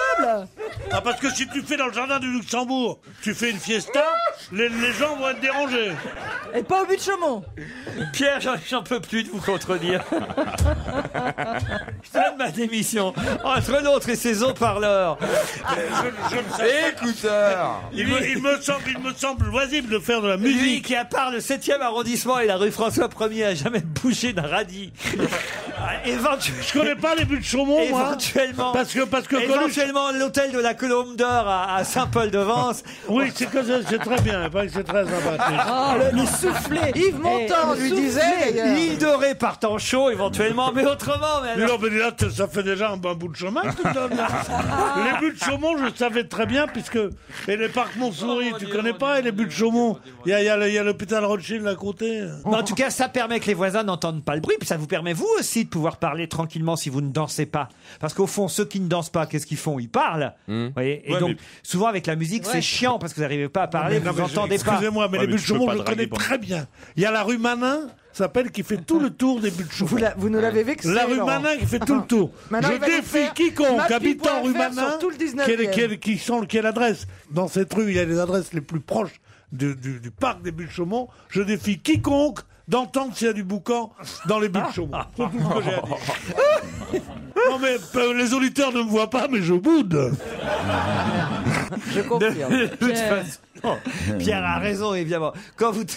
Ah, parce que si tu fais dans le jardin du Luxembourg, tu fais une fiesta, les, les gens vont être dérangés. Et pas au but de Chaumont. Pierre, j'en- j'en peux plus de vous contredire. Je donne ma démission. Entre l'autre et ses haut-parleurs. Écouteurs Il me, il me semble, il me semble loisible de faire de la musique. Lui qui, à part le 7e arrondissement et la rue François 1er, a jamais bougé d'un radis. Éventuellement. Je connais pas les buts de Chaumont, moi. Éventuellement. Parce que, parce que Coluche. éventuellement l'hôtel de la Colombe d'Or à, à Saint-Paul-de-Vence. Oui, c'est que c'est- c'est très bien. il paraît que C'est très sympathique. Oh, Ah, le, le soufflet. Yves Montand Eh, le lui soufflet. disait d'ailleurs. L'île dorée par temps chaud, éventuellement, mais autrement. Mais alors- Non, mais là, t- ah, ça fait déjà un bon bout de chemin que tu me donnes, là. les buts de Chaumont, je savais très bien, puisque. Et les parcs Montsouris, Oh, tu connais pas, et les buts de Chaumont. Il y a, il y a le- il y a l'hôpital Rothschild à côté. hein. Mais en tout cas, ça permet que les voisins n'entendent pas le bruit, puis ça vous permet vous aussi de pouvoir parler tranquillement si vous ne dansez pas. Parce qu'au fond, ceux qui ne dansent pas, qu'est-ce qu'ils font Ils parlent. Hmm. Vous voyez et Ouais, donc, mais- souvent avec la musique, c'est chiant parce que vous n'arrivez pas à Ah, parler, Non, vous mais n'entendez pas. Excusez-moi, mais Ouais, les mais buts de tu peux Chaumont, pas je draguer Ah. connais pendant- très bien. Il y a la rue Manin, ça s'appelle, qui fait tout le tour des buts de Chaumont. Vous, la- vous nous l'avez vexé. La rue Laurent. Ah. Manin qui fait tout le tour. Maintenant, il je va nous défie faire quiconque mappy.fr habitant rue sur Manin, tout le quelle, 19e. quelle- qui sont quelle adresse. Dans cette rue, il y a les adresses les plus proches du, du- du parc des Buttes Chaumont. Je défie quiconque d'entendre s'il y a du boucan dans les Buttes Chaumont. C'est tout ce que j'ai à dire. Non mais euh, les auditeurs ne me voient pas, mais je boude. Je confirme. De toute façon, Pierre a raison, évidemment. Quand vous.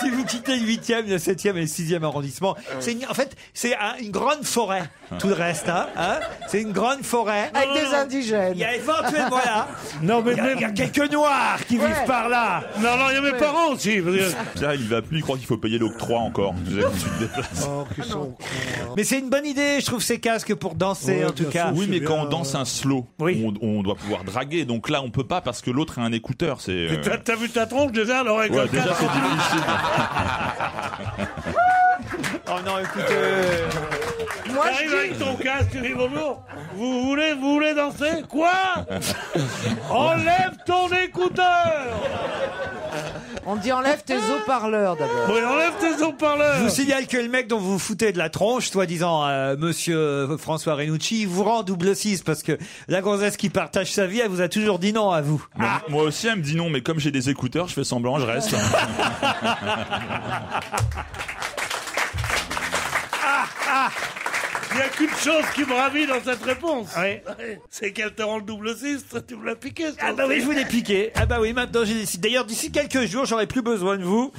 Si vous quittez le 8e, le 7e et le 6e arrondissement, c'est une- en fait, c'est un- une grande forêt, tout le reste. Hein, hein. c'est une grande forêt. Avec des Il y indigènes. a éventuellement voilà. Non mais Il y, a, il y a même- quelques noirs qui Ouais. vivent par là. non non, il y a mes parents aussi. parce que- Pierre, il va plus, il croit qu'il faut payer l'octroi encore. Tu sais, quand tu te déplaces. Oh, qu'ils sont cons. Mais c'est une bonne idée, je trouve, ces casques pour danser, Ouais, en tout bien cas. sûr. Oui, mais c'est quand bien, on danse un slow, Oui. on, on doit pouvoir draguer. Donc là, on peut pas parce que l'autre a un écouteur. C'est. euh, T'as- T'as vu ta tronche déjà alors avec Ouais, le déjà, casque c'est difficile. Oh non, écoutez. Moi, T'arrives je avec dis, ton casque, tu dis bonjour. Vous voulez, vous voulez danser Quoi Enlève ton écouteur on dit enlève tes haut-parleurs d'abord. Oui, enlève tes Je haut-parleurs vous signale que le mec dont vous vous foutez de la tronche, soi-disant euh, monsieur François Renucci, il vous rend double 6 parce que la gonzesse qui partage sa vie, elle vous a toujours dit non à vous. Bon, Moi aussi, elle me dit non, mais comme j'ai des écouteurs, je fais semblant, je reste. Ah Il n'y a qu'une chose qui me ravit dans cette réponse. C'est qu'elle te rend le double 6, tu me l'as piqué. ça. Ah bah oui, je vous l'ai piqué. Ah bah oui, maintenant j'ai décidé. D'ailleurs, d'ici quelques jours, j'aurai plus besoin de vous.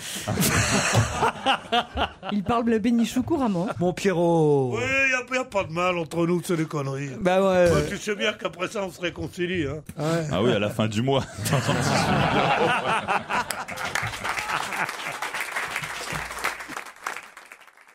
Ils parlent le bénichou couramment. Mon Pierrot. Oui, il n'y a, pas de mal entre nous, c'est des conneries. Bah ouais. Toi, tu sais bien qu'après ça, on se réconcilie. Hein. ah oui, à la fin du mois.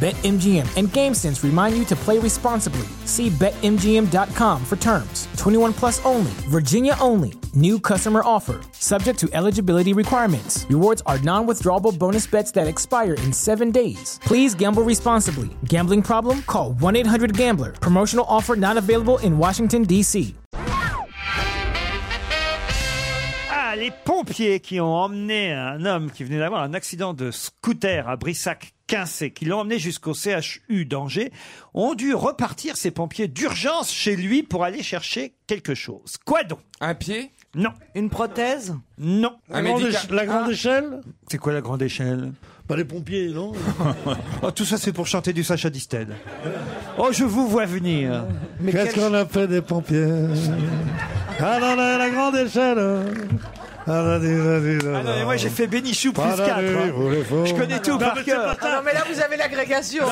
BetMGM and GameSense remind you to play responsibly. See BetMGM.com for terms. 21 plus only, Virginia only. New customer offer, subject to eligibility requirements. Rewards are non withdrawable bonus bets that expire in seven days. Please gamble responsibly. Gambling problem? Call 1 800 Gambler. Promotional offer not available in Washington, D.C. Ah, les pompiers qui ont emmené un homme qui venait d'avoir un accident de scooter à Brissac. Quincé, qui l'ont emmené jusqu'au CHU d'Angers, ont dû repartir ces pompiers d'urgence chez lui pour aller chercher quelque chose. Quoi donc Un pied Non. Une prothèse Non. La grande éche- la grande échelle C'est quoi la grande échelle Pas les pompiers, non Oh, Tout ça, c'est pour chanter du Sacha Distel. Oh, je vous vois venir. Qu'est-ce qu'on a fait des pompiers Ah non, la, la grande échelle Ah là, dis là, dis là, Ah non, mais moi, j'ai fait Bénichou plus Ah là, 4. oui, vous les faut. Je connais tout Non, par mais cœur. Ah non, mais là, vous avez l'agrégation.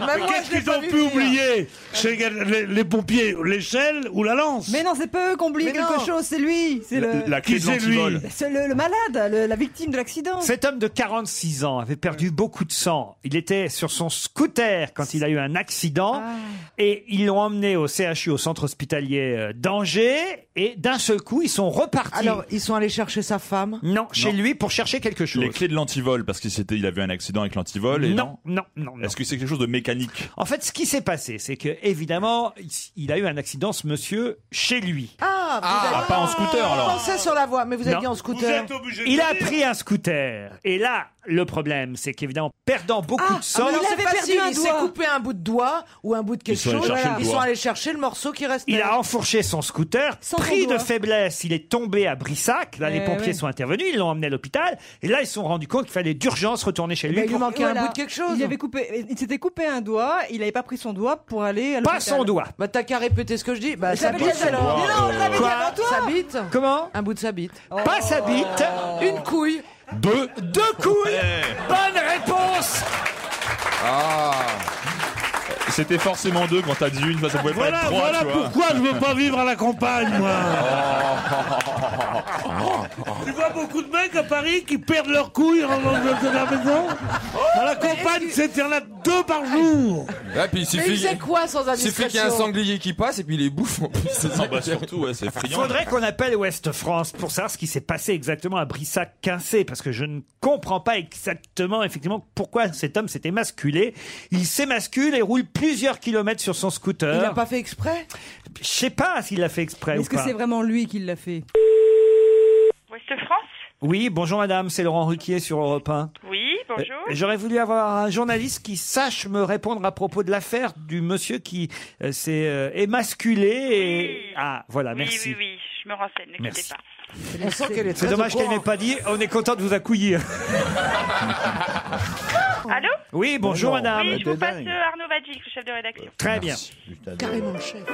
Mais qu'est-ce qu'ils ont pu oublier Chez les, les pompiers, l'échelle ou la lance Mais non, c'est pas eux qui ont oublié Mais quelque non. chose, c'est lui. C'est La- le... la clé Qui de c'est lui l'antivol. C'est le, le malade, le- la victime de l'accident. Cet homme de 46 ans avait perdu beaucoup de sang. Il était sur son scooter quand il a eu un accident Ah. et ils l'ont emmené au CHU, au centre hospitalier euh, d'Angers et d'un seul coup, ils sont repartis. Alors, ils sont allés chercher sa femme Non, chez lui pour chercher quelque chose. Les clés de l'antivol, parce qu'il s'était- il avait un accident avec l'antivol. Et Non, non, non. Est-ce que c'est quelque chose de mécanique En fait, ce qui s'est passé, c'est que évidemment, il- il a eu un accident, ce monsieur, chez lui. Ah, vous Ah, pas en scooter, alors. Je pensais sur la voie, mais vous avez Non. dit en scooter. Il a pris un scooter. Et là, le problème, c'est qu'évidemment, perdant beaucoup de sang, Ah, mais c'est facile, il s'est coupé un bout de doigt ou un bout de quelque sont allés chose. chercher le Ils sont doigt. allés chercher le morceau qui restait. Il Euh, a enfourché son scooter, son pris de doigt. faiblesse, il est tombé à Brissac. Là, les Eh pompiers ouais. sont intervenus, ils l'ont emmené à l'hôpital. Et là, ils se sont rendus compte qu'il fallait d'urgence retourner Eh Bah, chez ben, lui. pour- Voilà. chose. Il avait coupé, il s'était coupé un doigt. Il n'avait pas pris son doigt pour aller. À Pas l'hôpital. son doigt. Bah t'as qu'à répéter ce que je dis. Bah Mais sa ça veut bite dire ça, alors. mais non, je l'avais dit Quoi avant toi. Sa bite. Comment Un bout de sa bite. Oh. Pas sa bite. Une couille. Deux. Deux Euh, couilles. Bonne réponse. Ah C'était forcément deux quand t'as dit une, ça pouvait Voilà, pas être trois. voilà tu vois. pourquoi je veux pas vivre à la campagne, Oh. moi. tu vois beaucoup de mecs à Paris qui perdent leurs couilles en rentrant de la maison. À la campagne, c'est il y en a deux par jour. Ah, puis il Mais suffit. il faisait quoi sans Il suffit qu'il y ait un administration sanglier qui passe et puis il les bouffe en plus. C'est ça, Ah, bah, surtout, ouais, c'est Il faudrait qu'on appelle Ouest France pour savoir ce qui s'est passé exactement à Brissac-Quincé, parce que je ne comprends pas exactement, effectivement, pourquoi cet homme s'était masculé. Il s'émascule et roule plusieurs kilomètres sur son scooter. Il l'a pas fait exprès Je sais pas s'il l'a fait exprès Est-ce Eh, ou que pas. c'est vraiment lui qui l'a fait Oui, bonjour madame, c'est Laurent Ruquier sur Europe 1. Oui, bonjour. Euh, J'aurais voulu avoir un journaliste qui sache me répondre à propos de l'affaire du monsieur qui euh, s'est euh, émasculé et... Ah, voilà, merci. Oui, oui, oui, je me renseigne, ne Merci. quittez pas. On sent qu'elle est C'est très dommage au qu'elle n'ait courant. pas dit, on est content de vous accouillir. Allô Oui, bonjour madame. Oui, je vous passe euh, Arnaud Vadjic, le chef de rédaction. Très bien. Carrément le chef.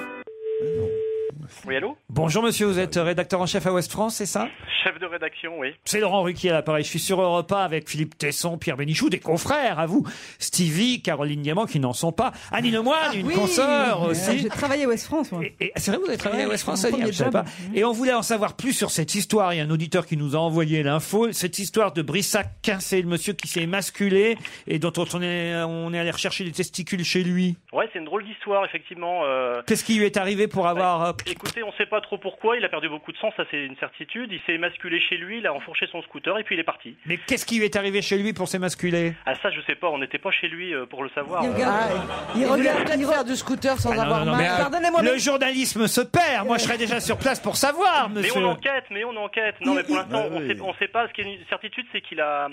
Oui, allô Bonjour monsieur, vous êtes euh, rédacteur en chef à Ouest France, c'est ça Chef de rédaction, oui. C'est Laurent Ruquier à l'appareil. Je suis sur Europa avec Philippe Tesson, Pierre Bénichou, des confrères à vous. Stevie, Caroline Diamant qui n'en sont pas. Annie Lemoine, Ah, une Oui, consoeur euh, aussi. J'ai travaillé à Ouest France, moi. Et Ah, c'est vrai, vous avez travaillé à Ouest France, mon Annie, premier je savais job. pas. Et on voulait en savoir plus sur cette histoire. Il y a un auditeur qui nous a envoyé l'info. Cette histoire de Brissac Quincé, le monsieur qui s'est émasculé et dont on est, on est allé rechercher les testicules chez lui. Ouais, c'est une drôle d'histoire, effectivement. euh, Qu'est-ce qui lui est arrivé pour avoir euh, écoutez, on ne sait pas trop pourquoi. Il a perdu beaucoup de sang, ça c'est une certitude. Il s'est émasculé chez lui, il a enfourché son scooter et puis il est parti. Mais qu'est-ce qui lui est arrivé chez lui pour s'émasculer Ah ça, je sais pas. On n'était pas chez lui euh, pour le savoir. Euh, Il regarde- Il regarde la faire du scooter sans Ah, non, avoir non, non, mal. mais, euh, le journalisme se perd. Moi, je serais déjà sur place pour savoir, Mais monsieur. on enquête, mais on enquête. Non, mais pour l'instant, on oui. sait- on ne sait pas. Ce qui est une certitude, c'est qu'il a,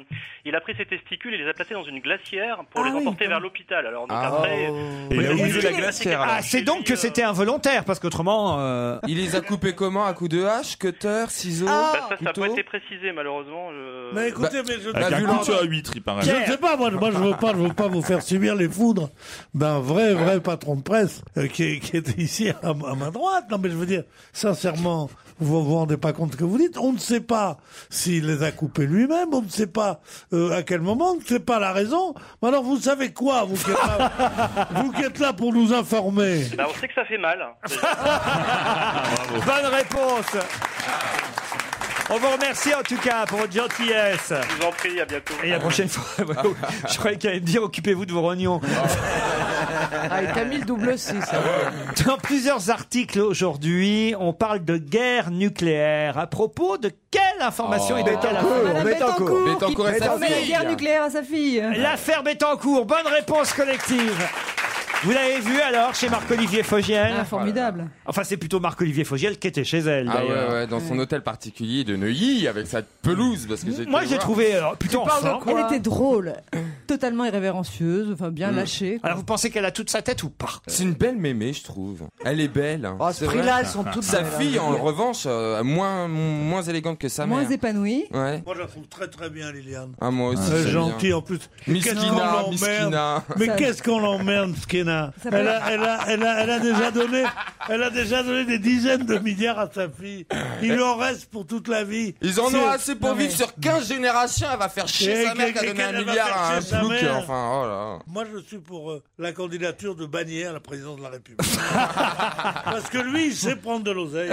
il a pris ses testicules et les a placés dans une glacière pour les emporter vers l'hôpital. Alors, donc après. Et il a Est-ce oublié qu'il la est- glacière. Ah, c'est donc que c'était involontaire, parce qu'autrement. euh, Il les a coupés comment À coups de hache, cutter, ciseaux Ah. Bah, ça, ça n'a pas été précisé, malheureusement. je- Mais écoutez, mais je- Avec Bah, un vu couteau l'entre- à huître, il paraît. Je ne sais pas, moi, moi, je veux pas, je veux pas vous faire subir les foudres d'un vrai, vrai patron de presse euh, qui, est- qui était ici à, à ma droite. Non, mais je veux dire, sincèrement, vous vous rendez pas compte ce que vous dites. On ne sait pas s'il les a coupés lui-même, on ne sait pas euh, à quel moment, on ne sait pas la raison. Mais alors, vous savez quoi, vous qui êtes là, vous qui êtes là pour nous informer Bah, on sait que ça fait mal. Bonne réponse. On vous remercie en tout cas pour votre gentillesse. Je vous en prie, à bientôt. Et la prochaine fois, Ah, je croyais qu'il allait me dire occupez-vous de vos rognons. Ah, il t'a mis le double hein. 6. Dans plusieurs articles aujourd'hui, on parle de guerre nucléaire. À propos de quelle information Oh. et de quelle Bettencourt, information Bettencourt. Bettencourt et qui sa promet fille. Nucléaire à sa fille. L'affaire Bettencourt, bonne réponse collective. Vous l'avez vu alors chez Marc-Olivier Fogiel Ah, formidable. Enfin, c'est plutôt Marc-Olivier Fogiel qui était chez elle. Ah d'ailleurs. ouais, ouais, dans son hôtel particulier de Neuilly, avec sa pelouse, parce que j'ai Moi, j'ai trouvé euh, plutôt en forme. Elle était drôle, totalement irrévérencieuse, enfin Mm. bien lâchée. quoi. Alors, vous pensez qu'elle a toute sa tête ou pas C'est une belle mémé, je trouve. Elle est belle. hein. à Oh, ce C'est vrai. prix-là, elles sont toutes Sa belles, hein. fille, en revanche, euh, moins, moins élégante que sa Moins mère. épanouie. Ouais. Moi, je la trouve très très bien, Liliane. Ah, moi aussi. Elle j'aime est gentille bien. en plus. Miskina, Qu'est-ce qu'on l'emmerde. Miskina. Mais Ça- qu'est-ce qu'on l'emmerde, Skina Ça elle peut- a, elle, a, elle, a, elle a déjà donné, elle a déjà donné des dizaines de milliards à sa fille. Il lui en reste pour toute la vie. Ils en C'est- ont assez pour Non, mais- vivre sur 15 générations. Elle va faire chier Et sa mère qui a qu'elle- donné un qu'elle va milliard faire à un chier sa plouc. mère. Enfin, oh là. Moi, je suis pour euh, la candidature de Bagné à la présidence de la République. Parce que lui, il sait prendre de l'oseille.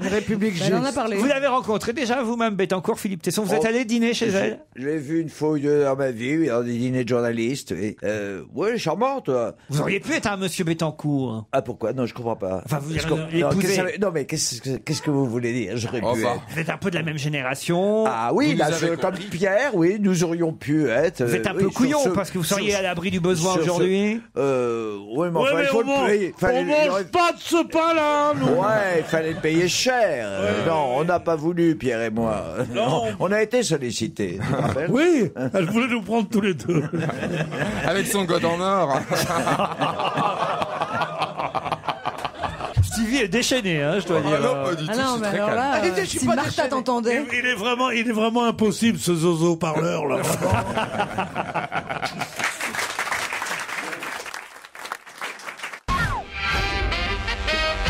Une république Elle en a parlé. Vous l'avez rencontrée déjà vous-même, Bettencourt, Philippe Tesson. Vous êtes Oh, allé dîner chez j'ai- elle Je l'ai vu une fois ou deux dans ma vie, oui, dans des dîners de journalistes. oui. Euh, ouais, charmante. toi. Vous auriez pu être un monsieur Bettencourt. Ah pourquoi Non, je comprends pas. Enfin, vous Je avez- comprends- l'épouser. non, qu'est-ce que ça veut- non, mais qu'est-ce que, qu'est-ce que vous voulez dire J'aurais pu Enfin. être- Vous êtes un peu de la même génération. Ah oui, là, je- comme Pierre, oui, nous aurions pu être. Vous êtes un peu couillon, parce que vous seriez à l'abri du besoin aujourd'hui. Euh, oui, mais Ouais, enfin, mais il faut on le mange- payer. on mange pas de ce pain-là, nous. Ouais, il fallait le payer cher. Euh, non, on n'a pas voulu, Pierre et moi. Non. on a été sollicités. tu te rappelles Oui, elle voulait nous prendre tous les deux. Avec son god en or. Stevie est déchaîné, hein, je dois dire. Ah non, mais alors là, calme. euh, Arrêtez, je suis si pas Martha t'entendait, Il est vraiment, il est vraiment impossible ce zozo parleur là. Ah,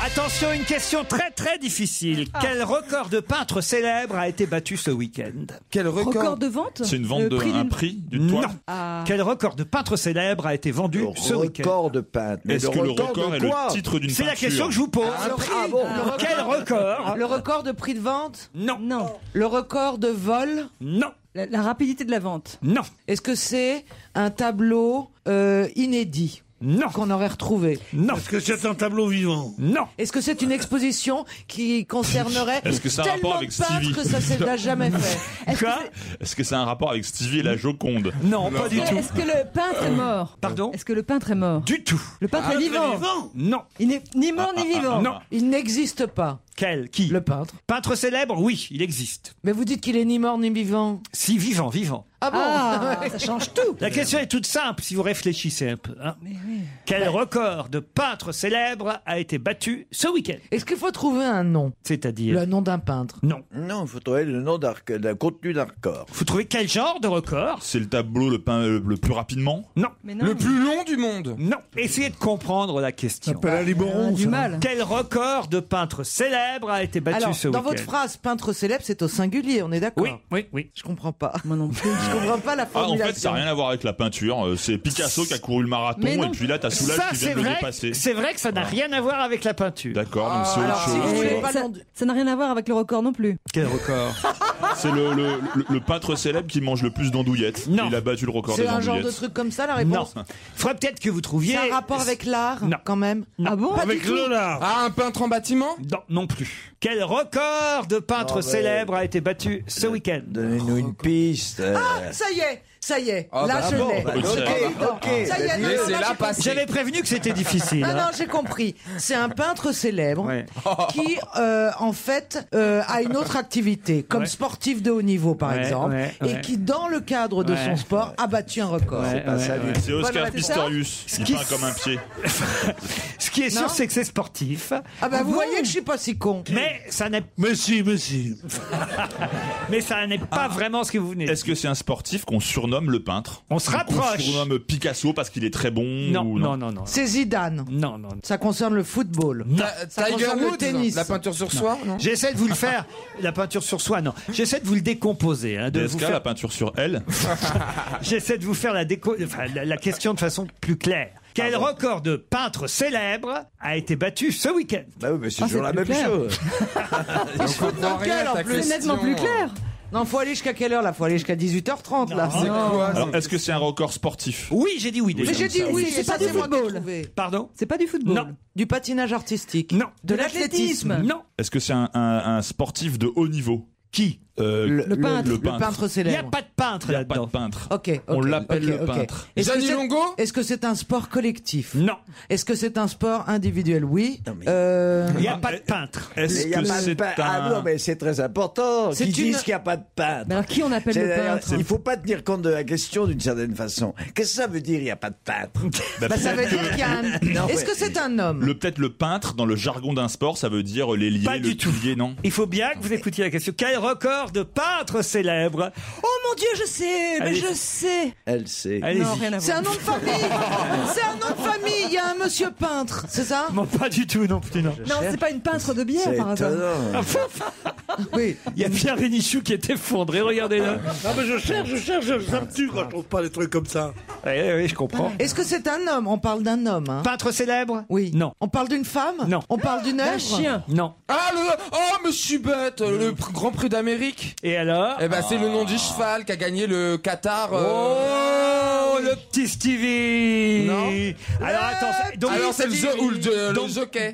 Attention, une question très très difficile. Ah. Quel record de peintre célèbre a été battu ce week-end Quel record Record de vente C'est une vente Le de prix un d'une- prix d'une Non. toile Ah. Quel record de peintre célèbre a été vendu ce week-end Record de peintre. Mais Est-ce que le record de est le quoi titre d'une C'est la peinture question que je vous pose. Ah, le prix. Ah bon. Le record- Quel record Le record de prix de vente Non. Non. Le record de vol Non. La, la rapidité de la vente. Non. Est-ce que c'est un tableau euh, inédit Non. Qu'on aurait retrouvé Non. Est-ce que c'est un tableau vivant Non. Est-ce que c'est une exposition qui concernerait Est-ce que ça a un tellement rapport avec de peintres Stevie que ça s'est déjà jamais fait Quoi Est-ce que c'est un rapport avec Stevie et la Joconde Non, pas Est-ce du que- tout. Est-ce que le peintre est mort Pardon Est-ce que le peintre est mort Du tout. Ah, Le peintre est vivant. Non. Il n'est ni mort ni vivant. Non. Il n'existe pas. Quel Qui Le peintre. Peintre célèbre Oui, il existe. Mais vous dites qu'il est ni mort ni vivant. Si, vivant, vivant. Ah bon Ah, ça change tout. La question est toute simple si vous réfléchissez un peu. hein. oui. Quel Bah. record de peintre célèbre a été battu ce week-end Est-ce qu'il faut trouver un nom C'est-à-dire Le nom d'un peintre. Non. Non, il faut trouver le nom d'un rec- d'un contenu d'un record. Vous trouvez quel genre de record C'est le tableau le, peint, le, le plus rapidement Non. Mais non. Le plus long du monde. Non. Essayez de comprendre la question. Appelle à Liboron. On a Ah, du hein. ça. mal. Quel record de peintre célèbre a été battu Alors, ce dans week-end votre phrase, peintre célèbre, c'est au singulier, on est d'accord Oui, oui, oui. Je comprends pas. Moi non plus. Je comprends pas la Ah, en formulation. fait, ça n'a rien à voir avec la peinture. euh, C'est Picasso qui a couru le marathon Mais non. et puis là, t'as Soulage Ça, qui vient c'est de le vrai. dépasser. C'est vrai que ça n'a rien à voir avec la peinture. D'accord, donc c'est Ah, alors, autre si chose. vous tu voulez vois. pas- Ça- le nom du- Ça n'a rien à voir avec le record non plus. Quel record C'est le, le, le- le pâtre célèbre qui mange le plus d'andouillettes. Il a battu le record C'est des un genre andouillettes. de truc comme ça, la réponse Non. Faudrait peut-être que vous trouviez. C'est un rapport avec l'art, quand même. Ah bon Avec le lard. Ah, un peintre en bâtiment Non, non plus. Quel record de peintre Ah ouais. célèbre a été battu ce week-end Donnez-nous une piste. Ah, Ça y est, ça y est. Ah, là, bah, je bon, l'ai. bah, Ok, ok, ok. Ça y est, non, Laissez-la non, là, j'ai passer. compris. Ah, J'avais prévenu que c'était difficile, Non, hein. non, j'ai compris. C'est un peintre célèbre qui, euh, en fait, euh, a une autre activité, comme Ouais. sportif de haut niveau, par Ouais, exemple, ouais, et ouais. qui, dans le cadre de Ouais. son sport, a battu un record. Ouais, ouais, ouais. C'est Voilà, c'est Oscar ça. Pistorius. Ce Il qui- peint comme un pied. Ce qui est Non. sûr, c'est que c'est sportif. Ah bah, vous voyez que je suis pas si con. Mais ça n'est Mais si, mais si. mais ça n'est pas vraiment ce que vous venez. Ah. Est-ce que c'est un sportif qu'on surnomme le peintre On se Qu'on rapproche. surnomme Picasso parce qu'il est très bon Non, ou non, non, non. C'est Zidane. Non, non. Ça concerne le football. Ça Tiger concerne Woods, le tennis. la peinture sur soi, non J'essaie de vous le faire. La peinture sur soi, non. J'essaie de vous le décomposer. hein, de DSK, vous la faire... peinture sur elle J'essaie de vous faire la, déco... enfin, la, la question de façon plus claire. Quel record de peintre célèbre a été battu ce week-end Bah oui, mais c'est Ah, toujours c'est la plus même clair. chose. Ils se foutent de notre gueule, en plus. Non, faut aller jusqu'à quelle heure là Faut aller jusqu'à 18h30 là. Alors, est-ce que c'est un record sportif Oui, j'ai dit oui. Mais j'ai dit oui, c'est ça, pas c'est du moi qui ai football. trouvé. Pardon C'est pas du football. Non. Du patinage artistique. Non. De, l'athlétisme. Non. Est-ce que c'est un, un- un sportif de haut niveau Euh, Qui le, le peintre. Le peintre célèbre. Il n'y a pas de peintre Il n'y a pas de peintre. Ok. ok, On l'appelle ok, le ok. peintre. Est-ce que c'est- Est-ce que c'est un sport collectif Non. Est-ce que c'est un sport individuel Oui. Euh, Il n'y a pas de peintre. Mais Est-ce il y a que pas de c'est pain. Ah un- non, mais c'est très important. C'est Qui une- disent qu'il n'y a pas de peintre Mais alors, qui on appelle C'est le d'ailleurs- peintre Il faut pas tenir compte de la question d'une certaine façon. Qu'est-ce que ça veut dire, il n'y a pas de peintre bah, ça veut dire qu'il y a un. Non, Est-ce mais- que c'est un homme le peut-être le peintre dans le jargon d'un sport, ça veut dire l'ailier, Pas le du tout. pilier, non Il faut bien que vous écoutiez la question. Quel record de peintre célèbre Oh mon Dieu, je Eh sais, ben, mais Allez-y. je sais. Elle sait. C'est un nom de famille. c'est un nom de famille. Il y a un monsieur peintre, c'est ça Non, pas du tout, non, putain, non. Non, c'est pas une peintre de bière par hasard. oui, il y a Pierre Bénichou qui est effondré, regardez-le. Non, mais je cherche, je cherche, ça me tue quand Ah, je trouve pas des trucs comme ça. Oui, oui, je comprends. Ah, Est-ce que c'est un homme On parle d'un homme. hein. Oh. Peintre célèbre Oui. Non. On parle d'une femme Non. On parle d'une œuvre Non. Ah, le. Oh, mais je suis bête Le pr- Grand Prix d'Amérique Et alors Eh ben, c'est le nom du cheval qui a gagné le Qatar. euh, Oh, le petit Stevie Non. Alors, attends, ça- donc, Alors, c'est le Stevie. jeu- ou le- le donc,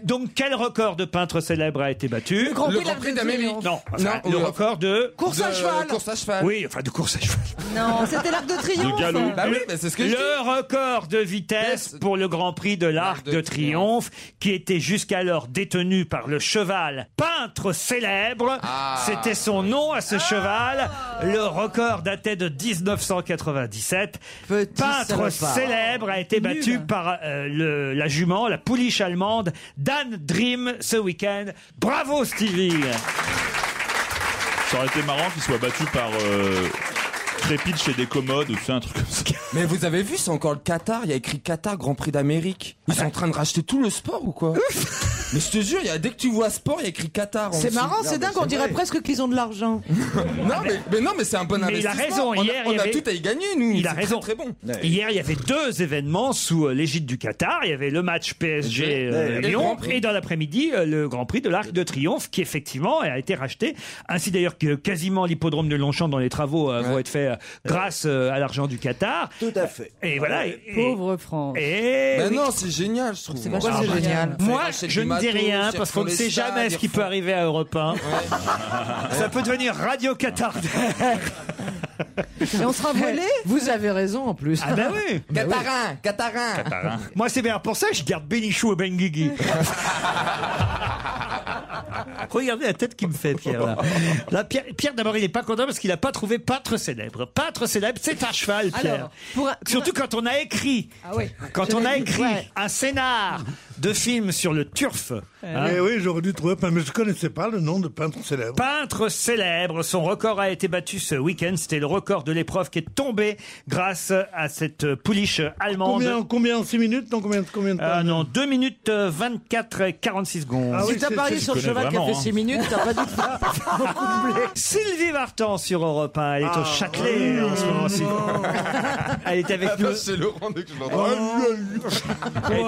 donc, quel record de peintre célèbre a été battu Le Grand Le Prix Grand Prix d'Amérique. d'Amérique. Non, enfin, Non, le le- record de... Course à De- cheval. course à cheval. Oui, enfin, de course à cheval. Non, c'était l'Arc de Triomphe. Bah oui, mais c'est ce que je le dis. record de vitesse pour le Grand Prix de l'Arc de, Triomphe, qui était jusqu'alors détenu par le cheval peintre célèbre. Ah. C'était son nom à ce cheval. Le record datait de 1997. peintre salopard. célèbre a été battu par euh, le- la jument, la pouliche allemande, Dan Dream, ce week-end. Bravo Stevie Ça aurait été marrant qu'il soit battu par euh, Crépit chez des commodes ou tu sais, un truc comme ça. Mais vous avez vu, c'est encore le Qatar. Il y a écrit Qatar Grand Prix d'Amérique. Ils sont en train de racheter tout le sport ou quoi Mais je te jure, il y a, dès que tu vois sport, il y a écrit Qatar. en C'est dessous. marrant, c'est dingue, on dirait presque qu'ils ont de l'argent. Non, mais, mais non, mais c'est un bon Mais il a investissement. raison. On a- Hier, on a, il y avait- tout à y gagner, nous. Il C'est a très, raison. Très, bon. Hier, il y avait deux événements sous euh, l'égide du Qatar. Il y avait le match PSG euh, Et le Lyon Grand Prix. et dans l'après-midi euh, le Grand Prix de l'Arc de Triomphe qui effectivement a été racheté. Ainsi d'ailleurs que quasiment l'hippodrome de Longchamp dans les travaux euh, vont être faits euh, grâce euh, à l'argent du Qatar. Tout à fait. Et voilà. et- Pauvre France. Eh et- Mais oui. Bah Ben non, c'est génial, je trouve. vachement Ah, génial. génial. Moi, Ils rachètent je du ne dis matos, rien ils parce qu'on ne refont sait les jamais stades, ce qui ils peut refont- arriver à Europe 1. Ça peut devenir Radio Qatar. Et on sera volé Vous avez raison en plus. Ah ben oui. Ah Qatarin, Qatarin. Moi, c'est bien pour ça que je garde Bénichou et Benguigui. Regardez la tête qu'il me fait, Pierre. Là, Là, Pierre, Pierre, d'abord, il n'est pas content parce qu'il n'a pas trouvé peintre célèbre. Peintre célèbre, c'est un cheval, Pierre. Alors, pour un- pour Surtout un- quand on a écrit, Ah oui. quand on a J'avais- écrit ouais. un scénar de film sur le turf. hein, Eh oui, j'aurais dû trouver, un peintre, mais je connaissais pas le nom de peintre célèbre. Peintre célèbre, son record a été battu ce week-end. C'était le record de l'épreuve qui est tombé grâce à cette pouliche allemande. Combien, combien en 6 minutes Non, combien, combien de temps Ah non, 2 minutes euh, 24 et 46 secondes. Ah oui, Si t'as c'est- parié c'est- sur le tu connais cheval qui a vraiment, fait hein. six minutes, t'as pas dû Sylvie Vartan sur Europe 1, elle Ah. est au Châtelet hein, en ce moment-ci. Elle est avec Ah, bah, nous. c'est Laurent dès que je l'entends. Oh. Oh, Elle est-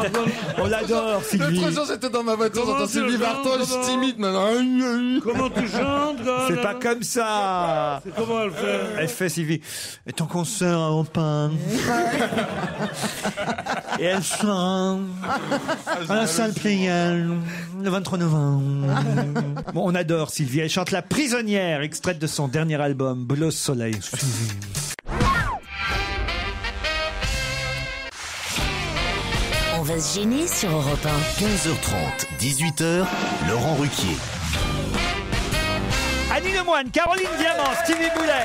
On l'adore. encore, Sylvie L'autre jour, j'étais dans ma bah, voiture, Comment j'entends tu Sylvie le Vartan, chantes, je comment t'imite maintenant. Comment tu chantes, là, C'est là, pas là comme ça C'est comment elle fait Elle fait Sylvie. Et ton concert en pain. Et elle chante. Ah, À Ah, la salle Pleyel, le 23 novembre. Bon, on adore Sylvie. Elle chante La prisonnière, extraite de son dernier album, Bleu Soleil. Sylvie. On va se gêner sur Europe 1. 15h30, 18h, Laurent Ruquier. Annie Lemoine, Caroline Diamant, Stevie Boulet,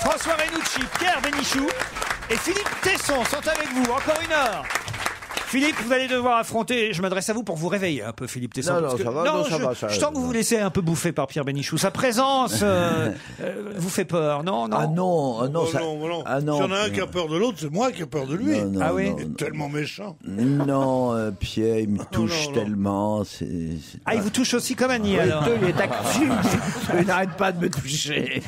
François Renucci, Pierre Bénichou et Philippe Tesson sont avec vous. Encore une heure. Philippe, vous allez devoir affronter. Je m'adresse à vous pour vous réveiller un peu, Philippe Tesson. Non, parce non, ça va, non, ça je, va, ça je va. sens que vous vous laissez un peu bouffer par Pierre Bénichou. Sa présence euh, euh, vous fait peur, non, non Ah non, ah non, Oh ça- non, non. ah non. S'il y en a un qui a peur de l'autre, c'est moi qui ai peur de lui. Non, non, Ah oui non, Il est non. tellement méchant. Non, euh, Pierre, il me touche non, non. tellement. c'est- c'est- Ah, il vous touche aussi comme Annie, Oui, alors. il est tactile. il n'arrête pas de me toucher.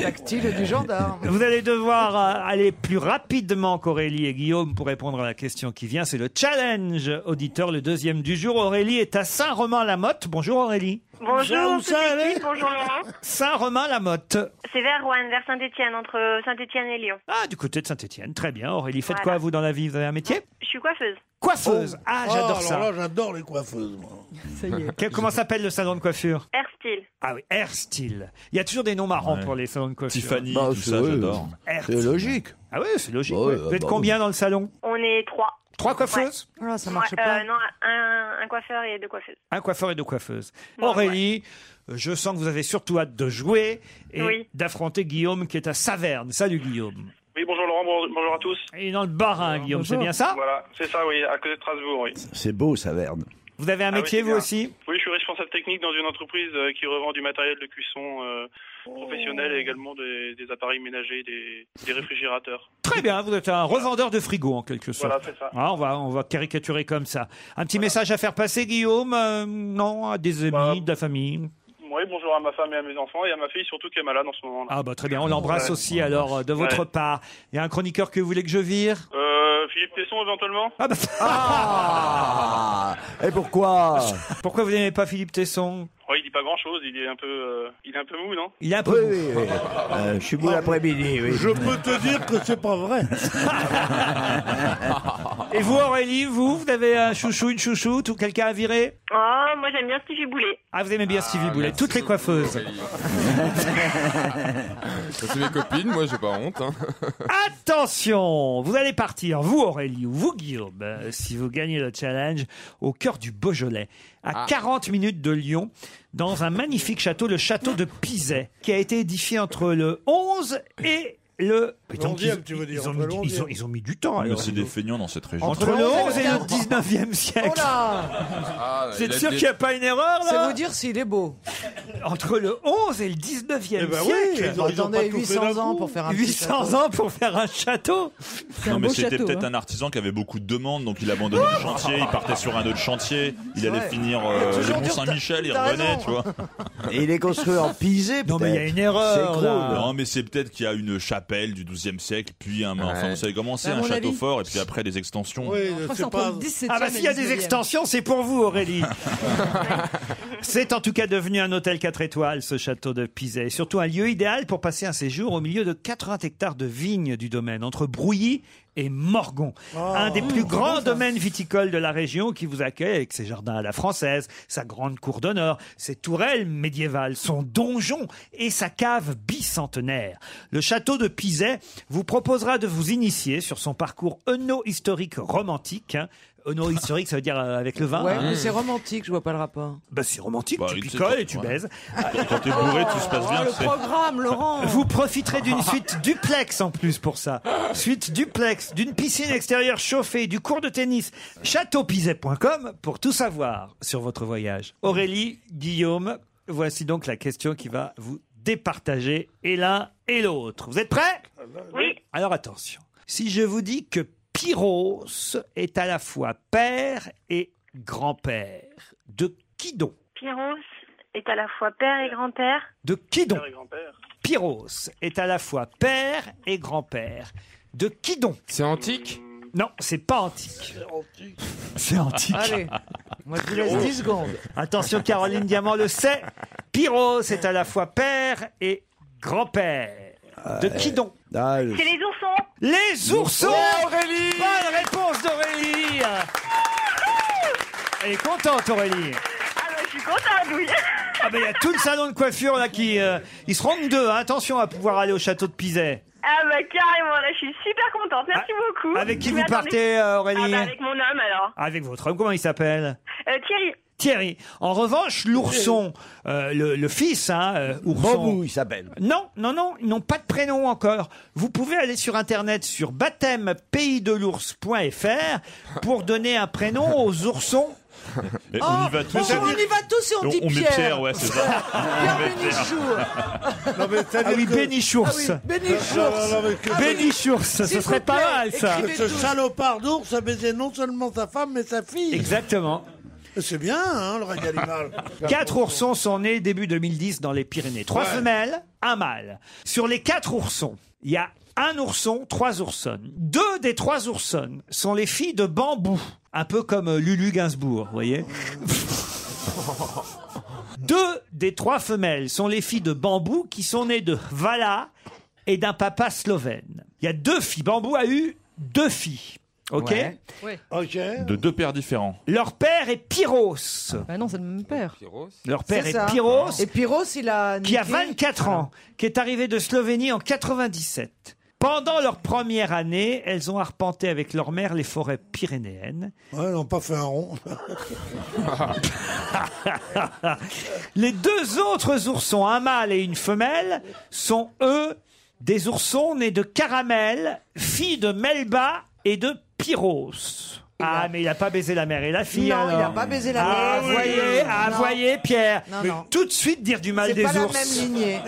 Tactile du gendarme. Vous allez devoir euh, aller plus rapidement qu'Aurélie et Guillaume pour répondre à la question qui vient. C'est le challenge auditeur, le deuxième du jour. Aurélie est à Saint-Romain-la-Motte. Bonjour Aurélie. Bonjour, toute l'équipe, bonjour Laurent. Saint-Romain-la-Motte. C'est vers Rouen, vers Saint-Etienne, entre Saint-Etienne et Lyon. Ah, du côté de Saint-Etienne. Très bien. Aurélie, faites quoi Voilà. vous dans la vie Vous avez un métier Je suis coiffeuse. Coiffeuse. Ah, j'adore Oh, alors ça. là, j'adore les coiffeuses. moi. Quel- Comment s'appelle le salon de coiffure Airstyle. Ah oui, Airstyle. Il y a toujours des noms marrants pour les salons de coiffure. Tiffany, Bah, tout c'est- ça, j'adore. Airstyle. Ah oui, c'est Bah logique. ouais. vous êtes bah, combien dans le salon On est trois. Trois coiffeuses Ouais. Ah, ça marche Ouais, pas. euh, Non, un, un coiffeur et deux coiffeuses. Un coiffeur et deux coiffeuses. Aurélie, euh, je sens que vous avez surtout hâte de jouer et Oui. d'affronter Guillaume qui est à Saverne. Salut Guillaume. Oui, bonjour Laurent, bon- bonjour à tous. Et dans le Barin, Guillaume, c'est bien ça Voilà, c'est ça, oui, à côté de Strasbourg, oui. C'est beau, ça, Verne. Vous avez un Ah oui, métier, c'est vous bien. aussi Oui, je suis responsable technique dans une entreprise euh, qui revend du matériel de cuisson euh, Oh. professionnel et également des, des appareils ménagers, des, des réfrigérateurs. Très bien, vous êtes un revendeur de frigo en quelque sorte. Voilà, c'est ça. Ah, on, va, on va caricaturer comme ça. Un petit message à faire passer, Guillaume euh, Non, à des amis, Bah, de la famille Oui, bonjour à ma femme et à mes enfants et à ma fille surtout qui est malade en ce moment. Ah bah très bien, on l'embrasse Ouais. aussi alors euh, de votre Ouais. part. Il y a un chroniqueur que vous voulez que je vire Euh, Philippe Tesson éventuellement Ah bah Et pourquoi Pourquoi vous n'aimez pas Philippe Tesson Ouais, il dit pas grand chose, il est un peu, euh, il est un peu mou, non Il est un peu... Oui, oui, Euh, je suis beau l'après-midi, oui. Je peux te dire que c'est pas vrai. Ah, Et vous Aurélie, vous, vous avez un chouchou, une chouchoute ou quelqu'un à virer Oh, moi j'aime bien Stevie Boulet. Ah, vous aimez bien Stevie Boulet, toutes les coiffeuses. Ça, c'est mes copines, moi j'ai pas honte. hein. Ah, Attention, vous allez partir, vous Aurélie ou vous Guillaume, euh, si vous gagnez le challenge, au cœur du Beaujolais, à Ah. 40 minutes de Lyon, dans un magnifique château, le château de Pizet, qui a été édifié entre le 11 et le... Putain, L'onzième, ils- tu veux dire, ils ont, entre mis, l'onzième. ils ont- ils ont mis du temps. Mais alors. c'est des feignants dans cette région. Entre le 11 et le Oh 19e siècle. Oh Ah, C'est il a sûr des- qu'il n'y a pas une erreur là C'est vous dire s'il est beau. Entre le 11 et le 19e Eh ben oui, siècle ils ont- ils ont Attendez, pas tout fait 800 d'un ans coup. pour faire un petit 800 château. ans pour faire un château Non, mais c'était peut-être hein. hein. un artisan qui avait beaucoup de demandes, donc il abandonnait le chantier, il partait sur un autre chantier, il C'est allait vrai. finir euh, Toujours le Mont dur, Saint-Michel, il t'as revenait, raison. tu vois. Et il est construit en pisé, Non, mais il y a peut-être. une erreur, C'est gros, là. non Non, mais c'est peut-être qu'il y a une chapelle du 12e siècle, puis un. Enfin, Ouais. vous savez comment c'est, Bah, À un mon château avis. fort, et puis après des extensions. Ah bah s'il y a des extensions, c'est pour vous Aurélie. c'est en tout cas devenu un hôtel 4 étoiles, ce château de Pizet. Et surtout un lieu idéal pour passer un séjour au milieu de 80 hectares de vignes du domaine, entre Brouilly et Morgon. Oh. un des Mmh, plus grands domaines viticoles de la région qui vous accueille avec ses jardins à la française, sa grande cour d'honneur, ses tourelles médiévales, son donjon et sa cave bicentenaire. Le château de Pizet vous proposera de vous initier sur son parcours œno-historique romantique. hein. Œno-historique, ça veut dire euh, avec le vin. Ouais, hein. mais c'est romantique, je vois pas le rapport. Bah, c'est romantique, Bah, tu tu sais, picoles quand- et tu ouais. baises. Quand t'es bourré, tout se passe bien. tu sais. Laurent Vous profiterez d'une suite duplex en plus pour ça. Suite duplex, d'une piscine extérieure chauffée, du cours de tennis. Châteaupizet.com pour tout savoir sur votre voyage. Aurélie, Guillaume, voici donc la question qui va vous départager et l'un et l'autre. Vous êtes prêts Oui. Alors attention. Si je vous dis que Pyros est à la fois père et grand-père de qui donc Pyros est à la fois père et grand-père. De qui donc Père et grand-père. Pyros est à la fois père et grand-père. De qui donc C'est antique Non, c'est pas antique. C'est antique. Allez, moi je vous laisse 10 secondes. Attention, Caroline Diamant le sait. Pyro, c'est à la fois père et grand-père. De qui donc C'est les oursons. Les oursons Ouais, Aurélie Bonne réponse d'Aurélie Elle est contente, Aurélie Ah bah, je suis contente, oui. Ah ben il y a tout le salon de coiffure là qui... euh, ils seront que deux, hein. attention à pouvoir aller au château de Pizet. Ah bah carrément, là je suis super contente, merci beaucoup. Ah, avec qui Je vous m'attendais- partez, euh, Aurélie ah bah, Avec mon homme alors. Avec votre homme, comment il s'appelle Euh, Thierry, Thierry. En revanche, l'ourson, euh, le, le fils, hein, euh, ourson. Bobou, il s'appelle. Non, non, non, ils n'ont pas de prénom encore. Vous pouvez aller sur internet sur baptêmepaysdelours.fr pour donner un prénom aux oursons. Oh, Mais on y va tous. on y va tous et on dit on met Pierre. Pierre, ouais, c'est ça. Pierre On met Pierre. Ah oui, Bénichours. Ah Ah Bénichours, ce serait pas mal ça. Ce salopard d'ours a baisé non seulement sa femme, mais sa fille. Exactement. C'est bien, hein, le règne animal. Quatre oursons sont nés début 2010 dans les Pyrénées. Trois Ouais. femelles, un mâle. Sur les quatre oursons, il y a un ourson, trois oursonnes. Deux des trois oursonnes sont les filles de bambou, un peu comme euh, Lulu Gainsbourg, vous voyez. Deux des trois femelles sont les filles de bambou qui sont nées de Hvala et d'un papa slovène. Il y a deux filles. Bambou a eu deux filles. Ok Ouais. Ok. De deux pères différents. Leur père est Pyros. Bah non, c'est le même père. Leur père C'est est, ça. Pyros. Et Pyros, il a. qui a niqué- 24 ans, qui est arrivé de Slovénie en 97. Pendant leur première année, elles ont arpenté avec leur mère les forêts pyrénéennes. Ouais, ils n'ont pas fait un rond. les deux autres oursons, un mâle et une femelle, sont eux des oursons nés de Caramel, fille de Melba et de Pyros. Ah, mais il n'a pas baisé la mère et la fille. Non, il alors. a pas baisé la Ah, mère. voyez, ah, Non. voyez, Pierre. Non, Mais non. Tout de suite dire du mal C'est des pas la ours. même lignée.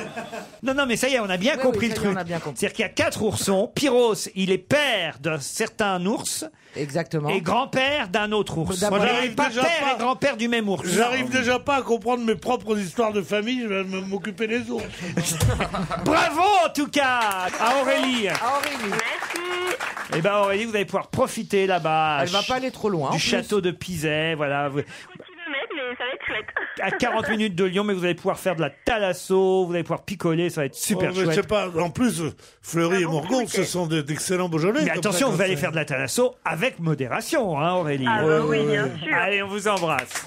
Non, non, mais ça y est, on a bien Oui, compris oui, le ça y est, truc. on a bien compris. C'est-à-dire qu'il y a quatre oursons. Pyros, il est père d'un certain ours. Exactement. Et grand-père d'un autre ours. Moi, j'arrive pas déjà père pas- et grand-père du même ours. J'arrive déjà pas à comprendre mes propres histoires de famille, je vais me- m'occuper des ours. Bravo en tout cas à Aurélie. Eh ben Aurélie, vous allez pouvoir profiter là-bas. Elle va pas aller trop loin, en Du plus. château de Pizet, voilà. Vous- kilomètre, mais ça va être chouette. À 40 minutes de Lyon, mais vous allez pouvoir faire de la thalasso, vous allez pouvoir picoler, ça va être super Oh, mais chouette. c'est pas, en plus, Fleury et Morgon, ce sont des- d'excellents Beaujolais. Mais comme attention, ça, vous comme allez ça. faire de la thalasso avec modération, hein, Aurélie. Ah, bah oui, bien sûr. Allez, on vous embrasse.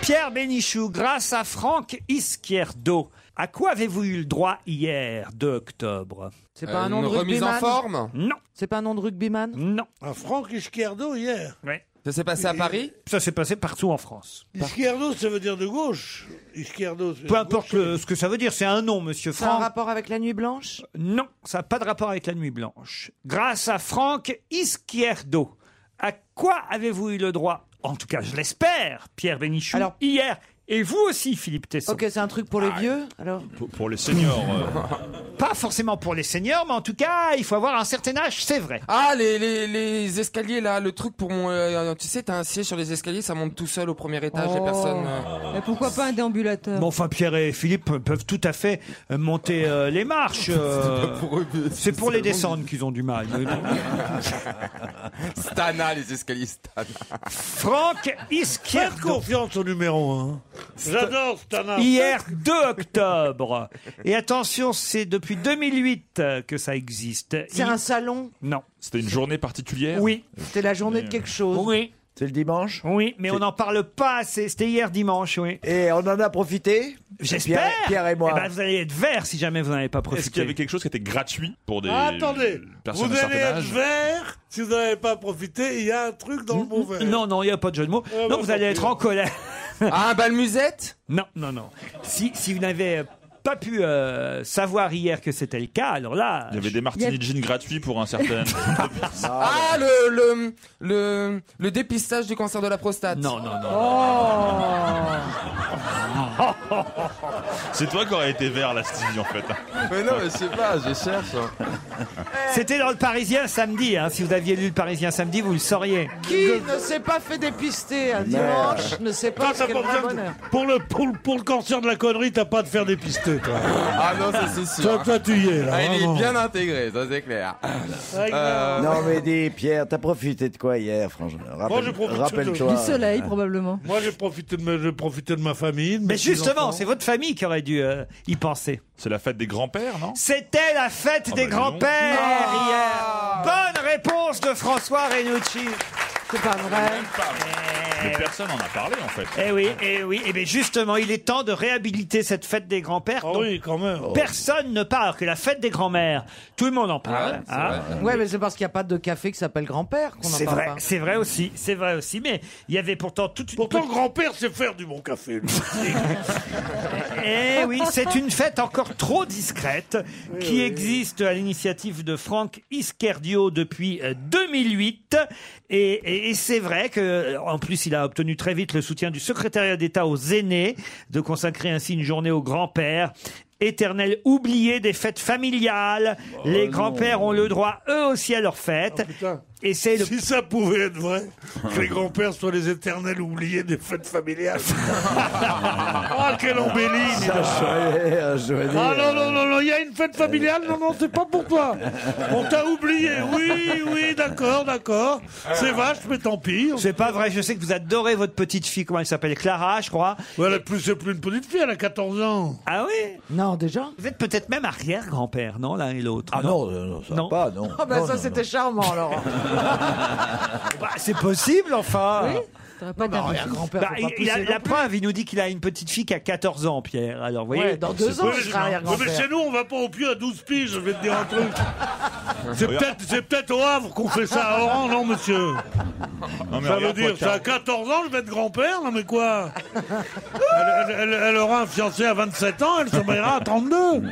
Pierre Bénichou, grâce à Franck Isquierdo, à quoi avez-vous eu le droit hier, 2 octobre C'est Euh, pas un nom de rugbyman Non. C'est pas un nom de rugbyman Non. Un Ah, Franck Isquierdo hier. Ça s'est passé Euh, à Paris Ça s'est passé partout en France. Isquierdo, ça veut dire de gauche. Isquierdo, Euh, c'est Peu importe le- ce que ça veut dire, c'est un nom, monsieur Ça a un Franck. rapport avec la nuit blanche Non, ça n'a pas de rapport avec la Nuit Blanche. Grâce à Franck Isquierdo, à quoi avez-vous eu le droit En tout cas, je l'espère, Pierre Bénichou, hier. Et vous aussi, Philippe Tesson. Ah. Ok, c'est un truc pour les vieux alors Pour, pour les seniors. euh, Pas forcément pour les seniors, mais en tout cas, il faut avoir un certain âge, c'est vrai. Ah, les, les, les escaliers là, le truc pour mon. euh, tu sais, t'as un siège sur les escaliers, ça monte tout seul au premier étage, et Oh. personne. euh. Mais pourquoi pas un déambulateur Bon, enfin, Pierre et Philippe peuvent tout à fait euh, monter euh, les marches. euh, c'est pour les descendre qu'ils ont du mal. Stana, les escaliers Stana. Franck Isquierdo. confiance au numéro 1. J'adore Stana. Hier 2 octobre. Et attention, c'est depuis 2008 euh, que ça existe. C'est Il- un salon Non. C'était une journée particulière Oui. C'était la journée de quelque chose Oui. C'est le dimanche Oui, mais on n'en parle pas assez. C'était hier dimanche, oui. Et on en a profité J'espère. Pierre, Pierre et moi. Eh ben, vous allez être vert si jamais vous n'en avez pas profité. Est-ce qu'il y avait quelque chose qui était gratuit pour des Ah, Attendez, personnes vous de allez certain être âge vert si vous n'avez pas profité. Il y a un truc dans le bon verre. Non, non, il n'y a pas de jeu de mots. Euh, non, bon, vous allez tant être pis. en colère. Ah, un bal musette Non, non, non. Si, si vous n'avez euh, pas pu euh, savoir hier que c'était le cas, alors là. Il y avait des martini gin gratuits pour un certain. Ah, le, le, le, le dépistage du cancer de la prostate. Oh. Non, non, non. Oh C'est toi qui aurais été vert, la Stevie, en fait. Mais non, mais c'est pas, je cherche. hein. C'était dans le Parisien samedi. hein. Si vous aviez lu le Parisien samedi, vous le sauriez. Qui ne s'est pas fait dépister un dimanche, ne sait pas Toi, ce t'as qu'est pas le vrai besoin de- bonheur. pour, le, pour, le- pour le cancer de la connerie, t'as pas à te faire dépister, toi. Ah non, ça c'est sûr. Toi, toi, tu y es, là. Ah, il vraiment. est bien intégré, ça c'est clair. Ah, Euh, Non, mais dis, Pierre, t'as profité de quoi hier, franchement Moi, j'ai profité de- Rappelle-toi. Du soleil, probablement. Moi, j'ai profité de, me- j'ai profité de ma famille. Mais justement, c'est votre famille qui aurait dû euh, y penser. C'est la fête des grands-pères, non C'était la fête Ah des bah, dis donc. grands-pères hier. Bonne réponse de François Renucci. C'est pas vrai. Mais personne n'en a parlé, en fait. Eh oui, eh oui, eh bien justement, il est temps de réhabiliter cette fête des grands-pères. dont Ah oui, quand même. Oh. Personne ne parle que la fête des grands-mères. Tout le monde en parle. hein. Ah Ouais, mais c'est parce qu'il n'y a pas de café qui s'appelle grand-père qu'on en C'est parle vrai, pas. c'est vrai aussi, c'est vrai aussi. Mais il y avait pourtant toute une. Pourtant, grand-père sait faire du bon café. lui. Eh oui, c'est une fête encore trop discrète qui existe à l'initiative de Franck Iskerdio depuis euh, 2008. Et, et- et c'est vrai que, euh, en plus, il a obtenu très vite le soutien du secrétariat d'État aux aînés de consacrer ainsi une journée aux grands-pères. Éternel oublié des fêtes familiales. Les grands-pères ont le droit, eux aussi, à leurs fêtes. et c'est le... Si ça pouvait être vrai, que les grands-pères soient les éternels oubliés des fêtes familiales. Ah, quelle embellie dis donc. euh, Ah non, non, non, non, il y a une fête familiale, non, non, c'est pas pour toi. On t'a oublié, oui, oui, d'accord, d'accord. C'est vache, mais tant pis. C'est pas vrai, je sais que vous adorez votre petite fille, comment elle s'appelle Clara, je crois. Voilà, plus, c'est plus une petite fille, elle a 14 ans. Ah oui Non, déjà Vous êtes peut-être même arrière-grand-père, non, l'un et l'autre Ah non, non, ça pas, non. Ah bah ça, c'était charmant, Laurent. Ah. Bah, c'est possible, enfin Oui, t'aurais pas Bah, dit un grand-père, bah, faut pas il- il a- pousser non La preuve, il nous dit qu'il a une petite fille qui a 14 ans, Pierre. Alors, vous Oui, voyez, Oui, mais- oui, Mais chez nous, on va pas au pieu à 12 piges, je vais te dire un truc. C'est peut-être c'est peut-être au Havre qu'on fait ça à Oran, non, monsieur Non, mais Ça veut regarde, dire, Poitou. ça à 14 ans, je vais être grand-père, non mais quoi elle, elle- elle- elle aura un fiancé à 27 ans, elle se mariera à 32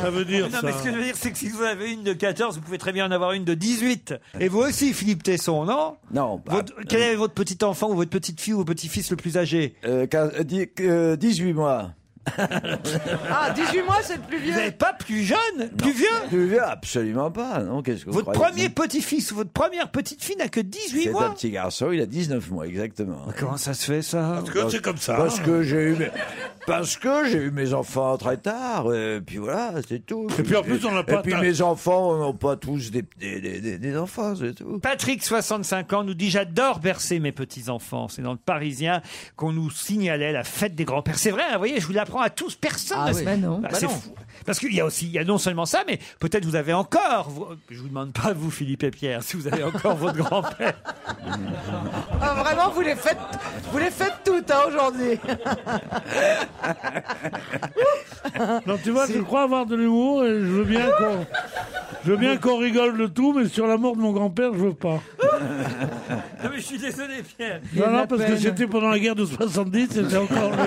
Ça veut dire Non, ça. Ah, mais ce que je veux dire, c'est que si vous avez une de 14, vous pouvez très bien en avoir une de 18. Et vous aussi, Philippe Tesson, non Non. Votre- quel est votre petit enfant ou votre petite fille ou votre petit-fils le plus âgé Euh, quinze- euh, dix- euh, 18 mois. Ah, 18 mois, c'est le plus Vous vieux. n'êtes pas plus jeune Plus vieux Plus vieux, absolument pas. Non, qu'est-ce que vous Votre croyez premier petit-fils ou votre première petite fille n'a que 18 C'est mois Ah, un petit garçon, il a 19 mois, exactement. Comment ça se fait, ça Parce que c'est comme ça. Parce que j'ai eu mes... Parce que j'ai eu mes enfants très tard, euh, puis voilà, c'est tout. Et puis en plus, on n'a pas Et puis ta- mes enfants n'ont pas tous des, des, des- des- des enfants, c'est tout. Patrick, 65 ans, nous dit J'adore bercer mes petits-enfants. C'est dans le Parisien qu'on nous signalait la fête des grands-pères. C'est vrai, hein, vous voyez, je vous l'apprends à tous, personne. Ah ne- oui. Bah non. Bah c'est non. fou. Parce qu'il y a aussi, il y a non seulement ça, mais peut-être vous avez encore, vous- je vous demande pas, vous, Philippe et Pierre, si vous avez encore votre grand-père. Ah, vraiment, vous les faites, vous les faites toutes hein, aujourd'hui. Non, tu vois, je crois avoir de l'humour et je veux bien qu'on... Je veux bien qu'on rigole de tout, mais sur la mort de mon grand-père, je veux pas. Non, mais je suis désolé, Pierre. Non, non, parce que c'était pendant la guerre de 70, c'était encore...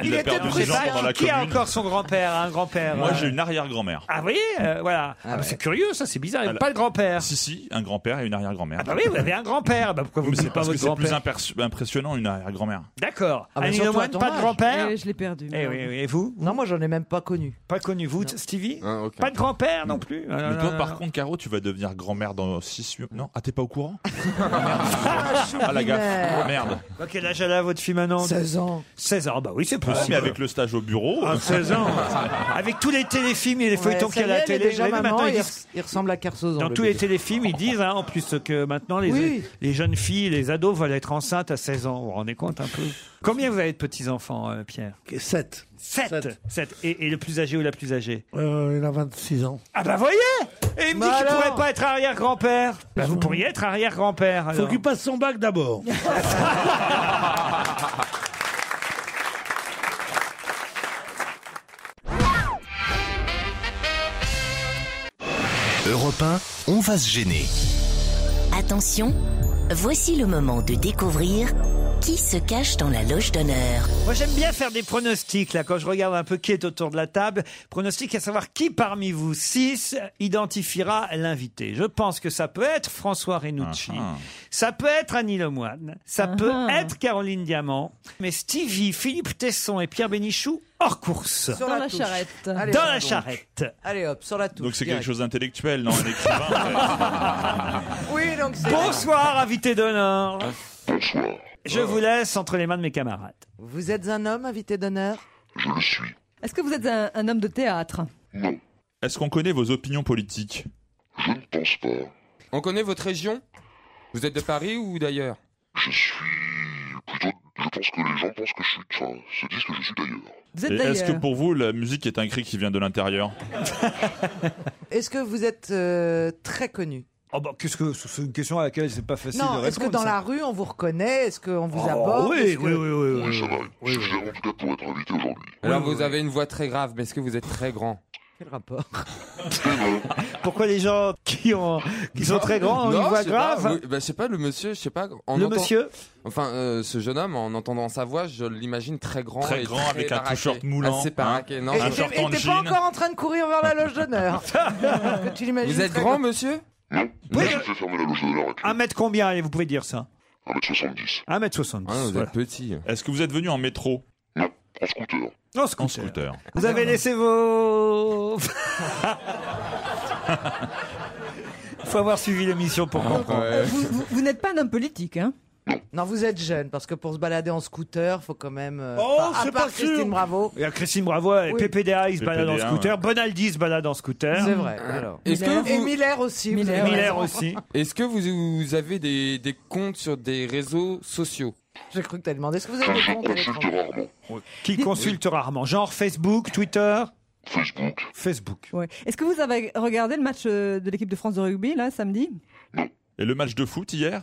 Il, Il a était perdu ses jambes pendant présent. la Qui a Commune. encore son grand-père, un grand-père Moi, euh, j'ai une arrière-grand-mère. Ah, vous voyez, euh, voilà. Ah, bah, C'est curieux, ça, c'est bizarre. Il n'y a Alors- pas de grand-père. Si, si, un grand-père et une arrière-grand-mère. Ah, bah oui, vous avez un grand-père. Bah, pourquoi vous ne Mais c'est dites pas parce que votre c'est plus grand-père imperçu- impressionnant une arrière-grand-mère. D'accord. Ah, bah, Annie surtout à Lemoine, ton pas de âge. grand-père Eh, je l'ai perdu. Eh oui, oui, et vous Non, moi, j'en ai même pas connu. Pas connu, vous, Stevie Ah, Pas de grand-père non plus Ah, non, Mais toi, non, non. par contre, Caro, tu vas devenir grand-mère dans 6 mois. Non Ah, t'es pas au courant Ah, la Merde. gaffe. Merde. Bah, Quel âge elle a votre fille maintenant 16 ans. 16 ans, bah oui, c'est Ah, possible. mais avec le stage au bureau. À 16 ans Ah, Avec tous les téléfilms et les Ouais, feuilletons ça qu'il y a à y la est, elle est télé. déjà vous savez, maman, maintenant, ils il, disent- res- il ressemble à Kersozon. dans le tous les bébé. téléfilms, ils disent, hein, en plus que maintenant, les, Oui. les jeunes filles, les ados veulent être enceintes à 16 ans. Vous vous rendez compte un peu Combien vous avez de petits-enfants, euh, Pierre 7. 7 7. Et, et le plus âgé ou la plus âgée Euh, il a 26 ans. Ah bah voyez Et il me dit Bah qu'il ne alors pourrait pas être arrière-grand-père. Bah vous pourriez être arrière-grand-père. Faut alors. qu'il passe son bac d'abord. Europe on va se gêner. Attention, voici le moment de découvrir Qui se cache dans la loge d'honneur Moi, j'aime bien faire des pronostics, là, quand je regarde un peu qui est autour de la table. Pronostic à savoir qui parmi vous six identifiera l'invité. Je pense que ça peut être François Renucci, ça peut être Annie Lemoine, ça Ah, peut être Caroline Diamant, mais Stevie, Philippe Tesson et Pierre Bénichou hors course. Sur Dans la la touche. charrette. Allez, Dans hop, la donc. charrette. Allez hop, sur la touche. Donc c'est quelque direct. chose d'intellectuel, non Alex Savin Oui, donc c'est. Bonsoir, invité d'honneur. Je vous laisse entre les mains de mes camarades. Vous êtes un homme, invité d'honneur Je le suis. Est-ce que vous êtes un, un homme de théâtre Non. Est-ce qu'on connaît vos opinions politiques Je ne pense pas. On connaît votre région Vous êtes de Paris ou d'ailleurs Je pense que les gens pensent que je suis. Enfin, se disent que je suis d'ailleurs. Vous êtes Et Est-ce que d'ailleurs. pour vous, la musique est un cri qui vient de l'intérieur Est-ce que vous êtes euh, très connu Oh bah, qu'est-ce que c'est une question à laquelle c'est pas facile de Non, répondre. est-ce que dans ça. la rue on vous reconnaît Est-ce qu'on vous Ah, Oh, aborde oui, Est-ce que- oui, oui, oui, oui, Oui, ça oui. m'arrive suffisamment en tout cas pour être invité aujourd'hui. Alors vous avez une voix très grave, mais est-ce que vous êtes très grand Quel rapport Pourquoi les gens qui, ont, qui sont très grands ont une voix grave je sais pas, le monsieur, je sais pas. en Le entend- monsieur Enfin, euh, ce jeune homme, en entendant sa voix, je l'imagine très grand. et Très grand, avec un baraqué. t-shirt moulant, Assez hein. baraqué, non Un je- Et t'es- et t'es pas encore en train de courir vers la loge d'honneur. Que tu l'imagines Vous êtes très grand, monsieur Non Moi, je fais fermer la loge de l'heure. Un mètre combien Allez, vous pouvez dire ça. 1m70. 1m70. Ah, vous voilà. êtes petit. Est-ce que vous êtes venu en métro Non, en scooter. En scooter. En scooter. Ah, Vous avez laissé vos. Faut avoir suivi l'émission pour Ah, comprendre. Vous, vous- vous n'êtes pas un homme politique, hein Non, vous êtes jeune, parce que pour se balader en scooter, faut quand même. euh, Oh, enfin, à c'est part pas sûr. Christine Bravo. Il y a Christine Bravo, et Oui. PPDA, il se balade en PPDA, scooter. Bonaldi se balade en scooter. Ah. C'est vrai, alors. Et Miller aussi. vous avez raison. Est-ce que vous, vous avez des, des comptes sur des réseaux sociaux J'ai cru que t'allais demander. Est-ce que vous avez des comptes à l'étranger Qui consulte rarement Genre Facebook, Twitter Facebook. Facebook. Ouais. Est-ce que vous avez regardé le match euh, de l'équipe de France de rugby, là, samedi Et le match de foot hier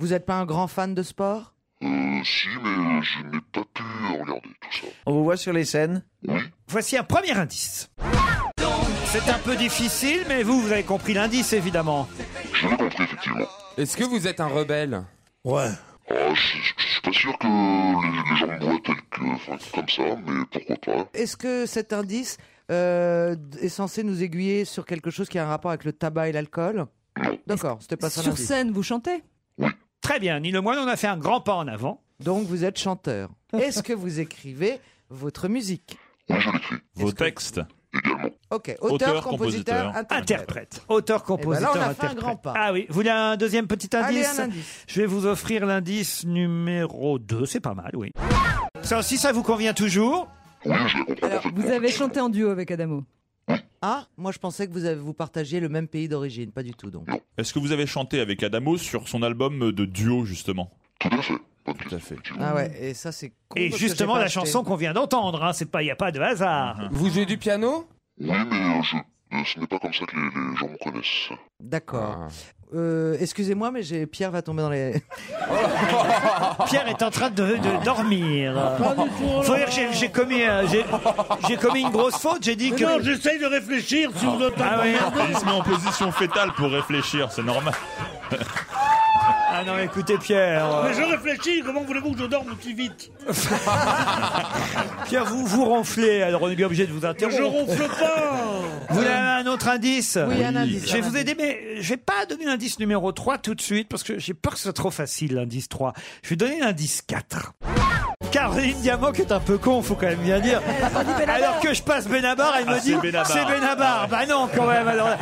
Vous n'êtes pas un grand fan de sport Euh, si, mais je n'ai pas pu regarder. On vous voit sur les scènes Voici un premier indice. C'est un peu difficile, mais vous, vous avez compris l'indice, évidemment. Je l'ai compris, effectivement. Est-ce que vous êtes un rebelle Ouais. Ah, je, je- je suis pas sûr que les, les gens me voient tel que, enfin, comme ça, mais pourquoi pas. Est-ce que cet indice euh, est censé nous aiguiller sur quelque chose qui a un rapport avec le tabac et l'alcool D'accord, c'était pas ça Sur l'indice. scène, vous chantez Très bien, ni le moine, on a fait un grand pas en avant. Donc vous êtes chanteur. Est-ce que vous écrivez votre musique Vos textes Ok, auteur, Auteur, compositeur, compositeur, interprète. interprète. Auteur, compositeur, Eh ben là, on a fait un interprète. grand pas. Ah oui, vous voulez un deuxième petit Allez, indice un indice. Je vais vous offrir l'indice numéro 2, c'est pas mal, oui. Ça aussi, ça vous convient toujours Alors, vous avez chanté en duo avec Adamo. Ah, moi je pensais que vous, avez, vous partagiez le même pays d'origine, pas du tout donc. Est-ce que vous avez chanté avec Adamo sur son album de duo, justement Tout à fait. Tout à fait. Ah ouais, et ça c'est con, Et parce que justement, j'ai pas la acheté. chanson qu'on vient d'entendre, hein, c'est pas, il n'y a pas de hasard. Vous jouez du piano Oui, mais euh, je, euh, ce n'est pas comme ça que les, les gens me connaissent. D'accord. Euh, Excusez-moi, mais j'ai Pierre va tomber dans les. Pierre est en train de, de dormir. Faut dire que j'ai- j'ai commis, euh, j'ai- j'ai commis une grosse faute. J'ai dit Mais que. non, j'essaye de réfléchir sur votre Ah oui. Il se met en position fétale pour réfléchir, c'est normal. Ah non, écoutez Pierre. euh, Mais je réfléchis, comment voulez-vous que je dorme aussi vite Pierre, vous vous ronflez. Alors on est bien obligé de vous interrompre. Je ronfle pas Vous voulez un autre indice Oui, un Oui. indice, Je vais un vous aider, mais je vais pas donner l'indice numéro 3 tout de suite parce que j'ai peur que ce soit trop facile l'indice 3. Je vais donner l'indice 4. Caroline Diamant qui est un peu con, faut quand même bien dire. Alors que je passe Benabar, elle Ah, me c'est dit Benabar. Ah c'est Benabar. Bah non quand même. alors là.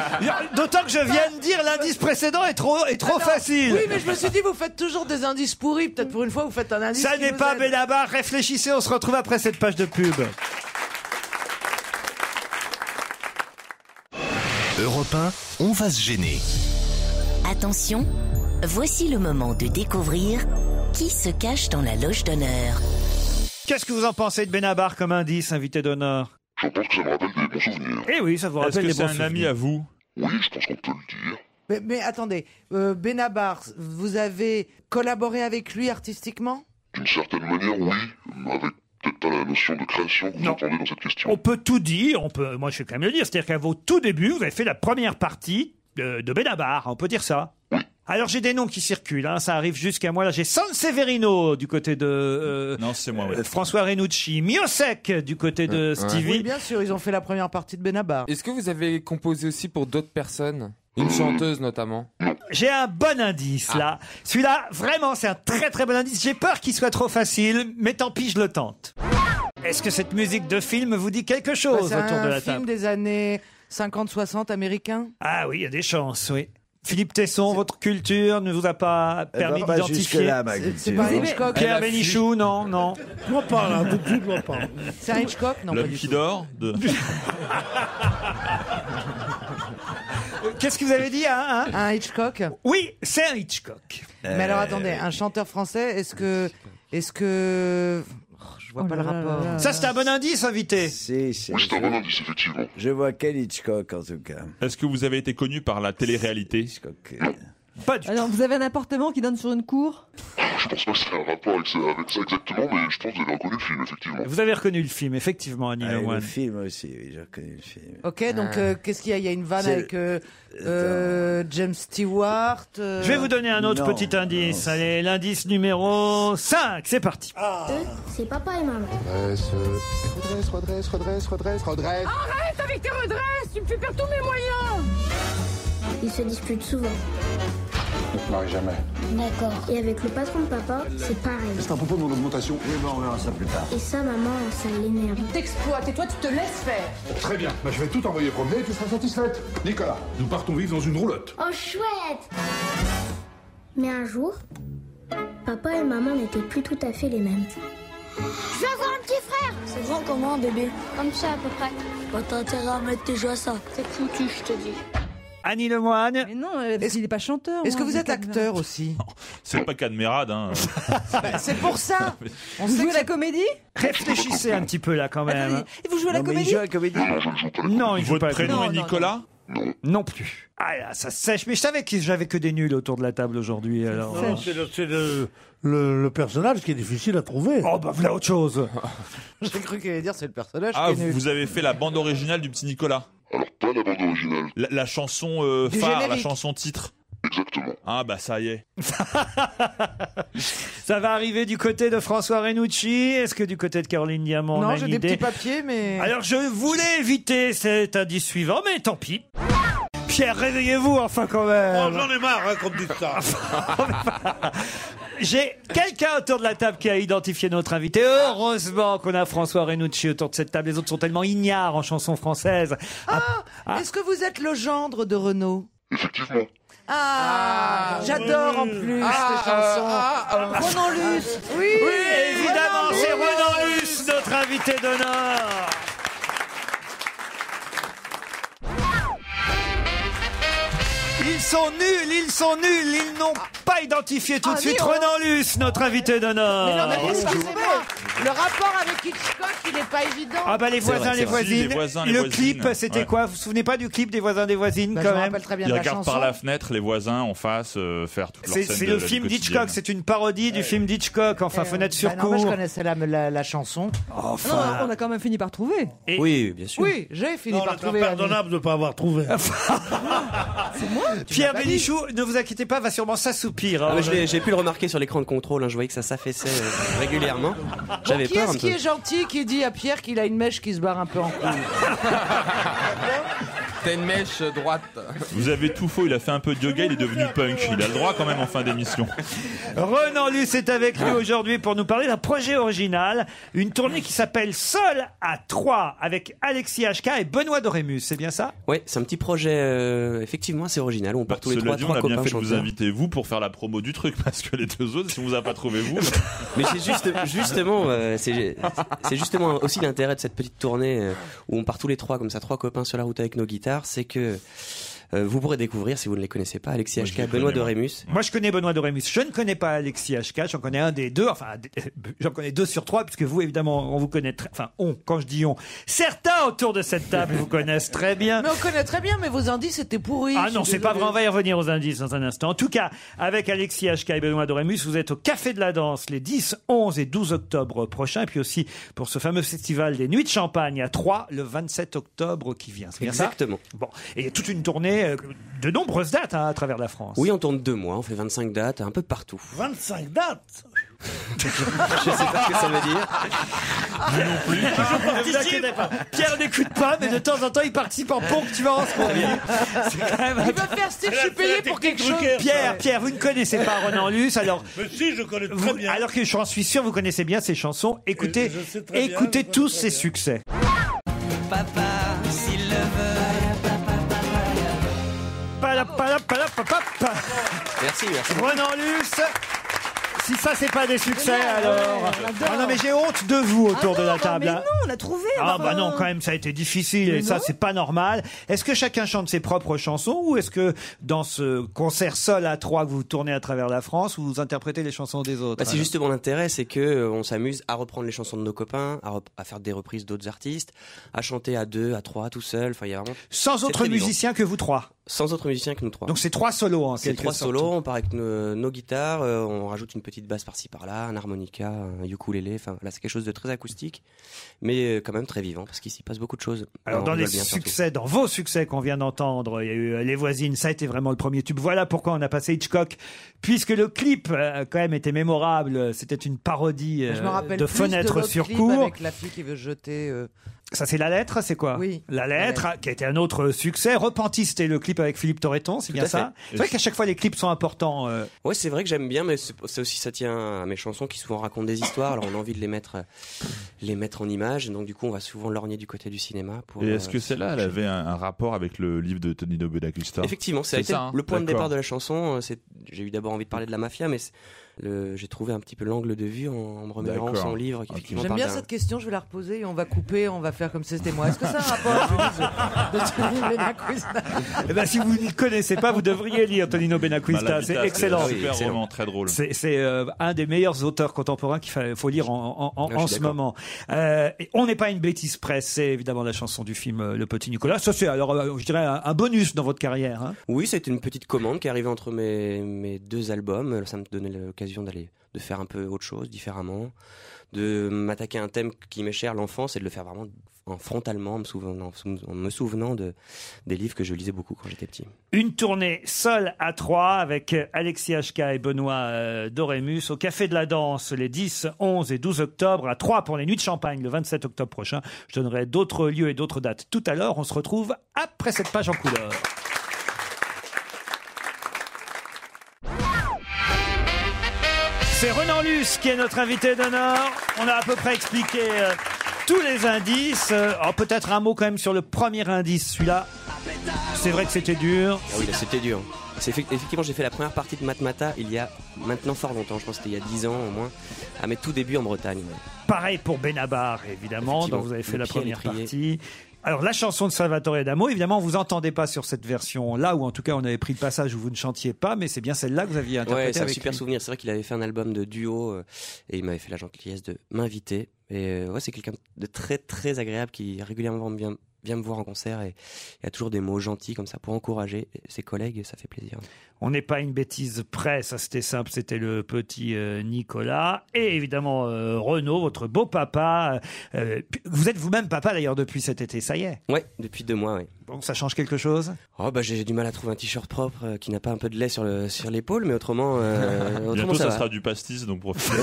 D'autant que je viens de dire l'indice précédent est trop est trop Ah non. facile. Oui, mais je me suis dit, vous faites toujours des indices pourris. Peut-être pour une fois, vous faites un indice. Ça qui n'est nous pas aide. Benabar. Réfléchissez, on se retrouve après cette page de pub. Europe on va se gêner. Attention, voici le moment de découvrir qui se cache dans la loge d'honneur. Qu'est-ce que vous en pensez de Benabar comme indice, invité d'honneur Je pense que ça me rappelle des bons souvenirs. Eh oui, ça vous Est-ce rappelle que des c'est bons un ami souvenirs. à vous Oui, je pense qu'on peut le dire. Mais, mais attendez, euh, Benabar, vous avez collaboré avec lui artistiquement D'une certaine manière, oui, mais avec peut-être pas la notion de création que vous entendez dans cette question. On peut tout dire, on peut, moi je vais quand même le dire, c'est-à-dire qu'à vos tout débuts, vous avez fait la première partie euh, de Benabar, on peut dire ça Alors j'ai des noms qui circulent, hein, ça arrive jusqu'à moi. Là j'ai San Severino du côté de euh, euh, François Renucci, Miosek du côté de Stevie. Oui, bien sûr, ils ont fait la première partie de Benabar. Euh, Est-ce que vous avez composé aussi pour d'autres personnes Une chanteuse notamment J'ai un bon indice là. Ah. Celui-là, vraiment, c'est un très très bon indice. J'ai peur qu'il soit trop facile, mais tant pis, je le tente. Est-ce que cette musique de film vous dit quelque Bah, chose C'est autour de un la film table des années 50-60 américain. Ah oui, il y a des chances, oui. Philippe Tesson, votre culture ne vous a pas Elle va permis pas d'identifier. jusque-là, ma C'est- culture. c'est pas Hitchcock. Eh ben, Pierre Elle affiche. Bénichou, oh non, non. M'en parle, hein, tout de suite, m'en parle. C'est un Hitchcock Non, pas L'homme du qui tout. dort de... Qu'est-ce que vous avez dit hein, hein Un Hitchcock Oui, c'est un Hitchcock. Euh, Mais alors attendez, un chanteur français, est-ce que. Est-ce que. Oh, je vois pas le rapport. Ça, c'est un bon indice, invité. Si, si, Oui, c'est un je- bon indice, effectivement. Je vois quel Hitchcock, en tout cas. Est-ce que vous avez été connu par la télé-réalité Alors, Ah vous avez un appartement qui donne sur une cour Je pense pas que ça ait un rapport avec ça, avec ça exactement, mais je pense que vous avez reconnu le film, effectivement. Vous avez reconnu le film, effectivement, Annie Ah, et Lemoine. le film aussi, oui, j'ai reconnu le film. Ok, donc Ah. euh, qu'est-ce qu'il y a Il y a une vanne C'est- avec euh, euh, James Stewart. euh, Je vais vous donner un autre Non, petit indice. Allez, l'indice numéro 5, c'est parti. Ah, Eux, Euh, c'est papa et maman. bah, Redresse, redresse, redresse, redresse, redresse. Arrête avec tes redresses, tu me fais perdre tous mes moyens Ils se disputent souvent. Non, jamais. D'accord. Et avec le patron de papa, c'est pareil. C'est un propos de mon augmentation. Eh ben, on verra ça plus tard. Et ça, maman, ça l'énerve. Il t'exploite et toi, tu te laisses faire. Très bien, Bah, je vais tout envoyer promener et tu seras satisfaite. Nicolas, nous partons vivre dans une roulotte. Oh, chouette Mais un jour, papa et maman n'étaient plus tout à fait les mêmes. Je vais avoir un petit frère C'est grand comment, bébé Comme ça, à peu près. Bah, t'as intérêt à mettre tes jeux à ça. C'est foutu, je te dis. Annie Lemoine. Mais non, euh, parce qu'il n'est pas chanteur. Est-ce que moi, vous mais êtes quand même. acteur aussi C'est pas Cadmerade, hein. Bah, C'est pour ça On Vous sait jouez que la comédie Réfléchissez un petit peu là quand même. Et vous jouez à la comédie Euh, Ah, Non, il joue Votre pas à la prénom comédie. est Nicolas Non plus. Ah là, ça sèche. Mais je savais que j'avais que des nuls autour de la table aujourd'hui. Alors. Non, C'est le, c'est le- le- le personnage qui est difficile à trouver. Oh, bah voilà autre chose. J'ai cru qu'il allait dire c'est le personnage Ah, qui est vous, nul. vous avez fait la bande originale du petit Nicolas Alors, pas la bande originale. La, la chanson euh, Du phare, la générique. chanson titre Exactement. Ah bah ça y est. Ça va arriver du côté de François Renucci. Est-ce que du côté de Caroline Diamant on Non, a j'ai une des idée petits papiers, mais. Alors je voulais éviter cet indice suivant, mais tant pis. Pierre, réveillez-vous enfin quand même. J'en ai marre hein, qu'on me dise ça. J'ai quelqu'un autour de la table qui a identifié notre invité. Heureusement qu'on a François Renucci autour de cette table. Les autres sont tellement ignares en chanson française. Ah, Est-ce que vous êtes le gendre de Renaud Effectivement. Ah, J'adore en plus Ah, cette chanson. ah, ah. Renan Luce. Oui, évidemment, c'est Renan Luce, notre invité d'honneur. Ils sont nuls, ils sont nuls, ils n'ont pas identifié tout Ah, de suite ni on. Renan Luce, notre invité Mais non, d'honneur. mais excusez-moi, le rapport avec Hitchcock, il n'est pas évident. Ah bah les voisins, les voisines. Si, les voisins, les le voisines. clip, c'était Ouais. quoi Vous vous souvenez pas du clip des voisins, des voisines Bah, je quand me même rappelle très bien Il de la regarde chanson. par la fenêtre les voisins en face euh, faire toute leur C'est scène c'est de le la vie film quotidienne. d'Hitchcock, c'est une parodie du film d'Hitchcock, enfin Fenêtre sur Eh Bah non, moi, je cour. connaissais la, la, la chanson. Non, on a quand même fini par trouver. Oui, bien sûr. Oui, j'ai fini Non, par c'est trouver. Annie. impardonnable de ne pas avoir trouvé. Pierre Bénichou, ne vous inquiétez pas, va sûrement s'assoupir. hein. Ah, mais je l'ai- J'ai pu le remarquer sur l'écran de contrôle, hein, je voyais que ça s'affaissait euh, régulièrement. J'avais Qui peur un est-ce qui peu. est gentil qui dit à Pierre qu'il a une mèche qui se barre un peu en couille T'as une mèche droite. Vous avez tout faux, il a fait un peu de yoga, il est devenu punk. Il a le droit quand même en fin d'émission. Renan Luce est avec nous aujourd'hui pour nous parler d'un projet original, une tournée qui s'appelle Seul à 3 avec Alexis HK et Benoît Dorémus, c'est bien ça Ouais, c'est un petit projet euh, effectivement assez original où on part tous les Cela trois, dit, on trois a bien copains fait de vous chanteurs. inviter vous pour faire la promo du truc parce que les deux autres, si on vous a pas trouvé vous. Mais c'est juste, justement, euh, c'est c'est justement aussi l'intérêt de cette petite tournée euh, où on part tous les trois comme ça, trois copains sur la route avec nos guitares, c'est que euh, vous pourrez découvrir si vous ne les connaissez pas, Alexis HK, Benoît Dorémus. Moi, je connais Benoît Dorémus. Je ne connais pas Alexis HK. J'en connais un des deux. Enfin, un des- j'en connais deux sur trois, puisque vous, évidemment, on vous connaît très, enfin, on, quand je dis on, certains autour de cette table vous connaissent très bien. Mais on connaît très bien, mais vos indices étaient pourris. Ah je non, suis c'est pas vrai, désolée. on va y revenir aux indices dans un instant. En tout cas, avec Alexis HK et Benoît Dorémus, vous êtes au Café de la Danse les 10, 11 et 12 octobre prochains, et puis aussi pour ce fameux festival des Nuits de Champagne à Troyes le 27 octobre qui vient. C'est bien ça Exactement. Bon, et il y a toute une tournée tourné euh, de nombreuses dates hein, à travers la France. Oui, on tourne deux mois, on fait 25 dates, un peu partout. 25 dates Je sais pas ce que ça veut dire. non plus. participe. Pierre n'écoute pas, mais de temps en temps, il participe en ponctuance. C'est quand même- Il va faire Steve, je suis payé pour quelque chose. Pierre, Pierre, vous ne connaissez pas Renan Luce, alors. Mais si, je connais vous- alors que j'en suis sûr, vous connaissez bien ses chansons. Écoutez, je sais très bien, écoutez je connais tous très ses bien. succès. Papa, s'il le Palapalapalapapap. Merci, merci. Renan Luce si ça c'est pas des succès Génial, alors ouais, on adore. Ah non mais j'ai honte de vous autour de la table. Mais hein. non, on l'a trouvé. Ah enfin. bah non quand même ça a été difficile et Mais ça non. c'est pas normal. Est-ce que chacun chante ses propres chansons ou est-ce que dans ce concert seul à trois que vous tournez à travers la France vous interprétez les chansons des autres Bah, c'est alors justement l'intérêt, c'est que euh, on s'amuse à reprendre les chansons de nos copains, à, rep- à faire des reprises d'autres artistes, à chanter à deux, à trois, tout seul. Enfin, il y a vraiment. Sans c'est autres très vivant. musiciens que vous trois. Sans autres musiciens que nous trois. Donc c'est trois solos hein, en C'est quelque trois sorte. solos, on part avec nos, nos guitares, euh, on rajoute une petite basse par-ci par-là, un harmonica, un ukulélé. Enfin, là, c'est quelque chose de très acoustique, mais euh, quand même très vivant parce qu'il s'y passe beaucoup de choses. Alors On dans les rigole bien, surtout. succès, dans vos succès qu'on vient d'entendre, il y a eu euh, Les Voisines, ça a été vraiment le premier tube. Voilà pourquoi on a passé Hitchcock, puisque le clip euh, quand même était mémorable. Euh, C'était une parodie euh, Je me rappelle de plus Fenêtre l'autre sur clip cour. Avec la fille qui veut jeter. euh, Ça c'est la lettre, c'est quoi Oui. La La lettre, lettre. ah, qui a été un autre succès. Repentis, c'était le clip avec Philippe Torreton, c'est Tout bien à ça. fait. C'est vrai qu'à chaque fois les clips sont importants. euh, Ouais, c'est vrai que j'aime bien, mais c'est c'est aussi ça tient à mes chansons qui souvent racontent des histoires. Alors on a envie de les mettre, euh, les mettre en images. Donc du coup, on va souvent lorgner du côté du cinéma. Pour, Et euh, est-ce que celle-là, elle avait un, un rapport avec le livre de Tony Nobu d'Acusta Effectivement, ça a été hein le point de D'accord. départ de la chanson. euh, c'est- J'ai eu d'abord envie de parler de la mafia, mais c'est- le- j'ai trouvé un petit peu l'angle de vue en, en me remémorant D'accord. son livre. Ah, qui Ok. effectivement J'aime parle bien d'un- cette question, je vais la reposer et on va couper, on va faire comme si c'était moi. Est-ce que ça a un rapport de Tony Benacquista Eh ben, si vous ne connaissez pas, vous devriez lire Tonino Bah, Benacquista. la C'est Vita, Ah excellent. c'est un super roman, très drôle. C'est c'est, euh, un des meilleurs auteurs contemporains qu'il fa- faut lire en, en- en- Ah, je suis en ce d'accord. moment. Euh, et on n'est pas une bêtise presse. C'est évidemment la chanson du film euh, Le Petit Nicolas. Ça, c'est alors, euh, je dirais, un, un bonus dans votre carrière. hein. Oui, c'était une petite commande qui est arrivée entre mes, mes deux albums. Ça me donnait l'occasion d'aller de faire un peu autre chose, différemment, de m'attaquer à un thème qui m'est cher, l'enfance, et de le faire vraiment en frontalement, en me souvenant, en me souvenant de, des livres que je lisais beaucoup quand j'étais petit. Une tournée seule à trois avec Alexis HK et Benoît euh, Dorémus au Café de la Danse les 10, 11 et 12 octobre, à trois pour les Nuits de Champagne le 27 octobre prochain. Je donnerai d'autres lieux et d'autres dates tout à l'heure. On se retrouve après cette page en couleur. C'est Renan Luce qui est notre invité d'honneur. On a à peu près expliqué euh, tous les indices. Euh, alors Peut-être un mot quand même sur le premier indice, celui-là. C'est vrai que c'était dur. Ah oui, là, c'était dur. C'est effe- effectivement, j'ai fait la première partie de Matmata il y a maintenant fort longtemps, je pense que c'était il y a 10 ans au moins, à mes tout débuts en Bretagne. Pareil pour Benabar, évidemment, dont Effectivement, vous avez fait le la pied à première l'étrier. partie. Alors, la chanson de Salvatore Adamo, évidemment, vous entendez pas sur cette version-là, ou en tout cas, on avait pris le passage où vous ne chantiez pas, mais c'est bien celle-là que vous aviez interprétée Ouais, c'est un avec super lui. souvenir. C'est vrai qu'il avait fait un album de duo euh, et il m'avait fait la gentillesse de m'inviter. Et euh, ouais, c'est quelqu'un de très très agréable qui régulièrement vient, vient me voir en concert et il y a toujours des mots gentils comme ça pour encourager ses collègues et ça fait plaisir. On n'est pas une bêtise près, ça c'était simple, c'était le petit euh, Nicolas. Et évidemment, euh, Renaud, votre beau papa. euh, pu- vous êtes vous-même papa d'ailleurs depuis cet été, ça y est. Ouais, depuis deux mois, ouais. Donc ça change quelque chose Oh bah j'ai du mal à trouver un t-shirt propre euh, qui n'a pas un peu de lait sur le sur l'épaule, mais autrement, euh, autrement Bientôt, ça, va. sera du pastis, donc profitez.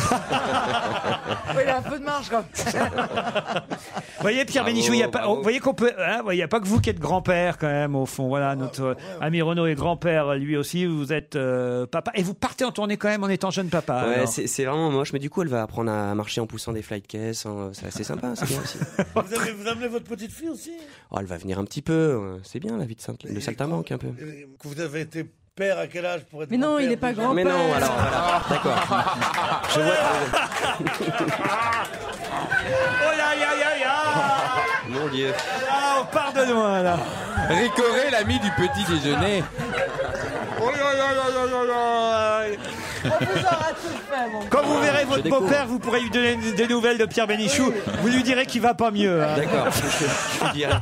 Oui, il a un peu de marge quand même. Vous voyez, Pierre Bravo, Bénichou, il y a pas, bravo. vous voyez qu'on peut, hein, il n'y a pas que vous qui êtes grand-père quand même, au fond. Voilà, notre euh, ami Renaud est grand-père, lui aussi, vous êtes euh, papa. Et vous partez en tournée quand même en étant jeune papa. Ah, Ouais, alors. c'est c'est vraiment moche, mais du coup, elle va apprendre à marcher en poussant des flight cases. en- C'est assez sympa, c'est bien aussi. Vous, avez, vous amenez votre petite fille aussi Oh, elle va venir un petit peu. euh, C'est bien la vie de, Saint de saltimbanque un peu. Euh, que Vous avez été père à quel âge pour être Mais non, grand-père il n'est pas déjà grand-père. Mais non, alors voilà. D'accord. Je vois. Oh là là là là Mon dieu. Ah, on part de loin là. Ricoré, l'ami du petit déjeuner. On vous aura tout fait, mon Quand gars. vous verrez Je votre découvre. beau-père, vous pourrez lui donner des- des nouvelles de Pierre Bénichou. Vous lui direz qu'il va pas mieux. hein. D'accord. Je, je vous dirai.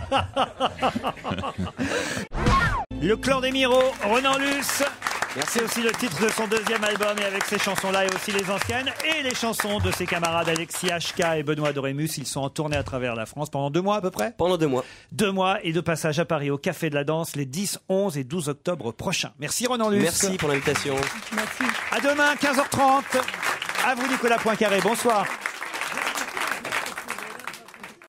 Le clan des Miro, Renan Luce, C'est aussi le titre de son deuxième album et avec ces chansons-là et aussi les anciennes et les chansons de ses camarades Alexis HK et Benoît Dorémus. Ils sont en tournée à travers la France pendant deux mois à peu près Pendant deux mois. Deux mois et de passage à Paris au Café de la Danse les 10, 11 et 12 octobre prochains. Merci Ronan Luce. Merci pour l'invitation. À demain, 15h30. À vous Nicolas Poincaré. Bonsoir.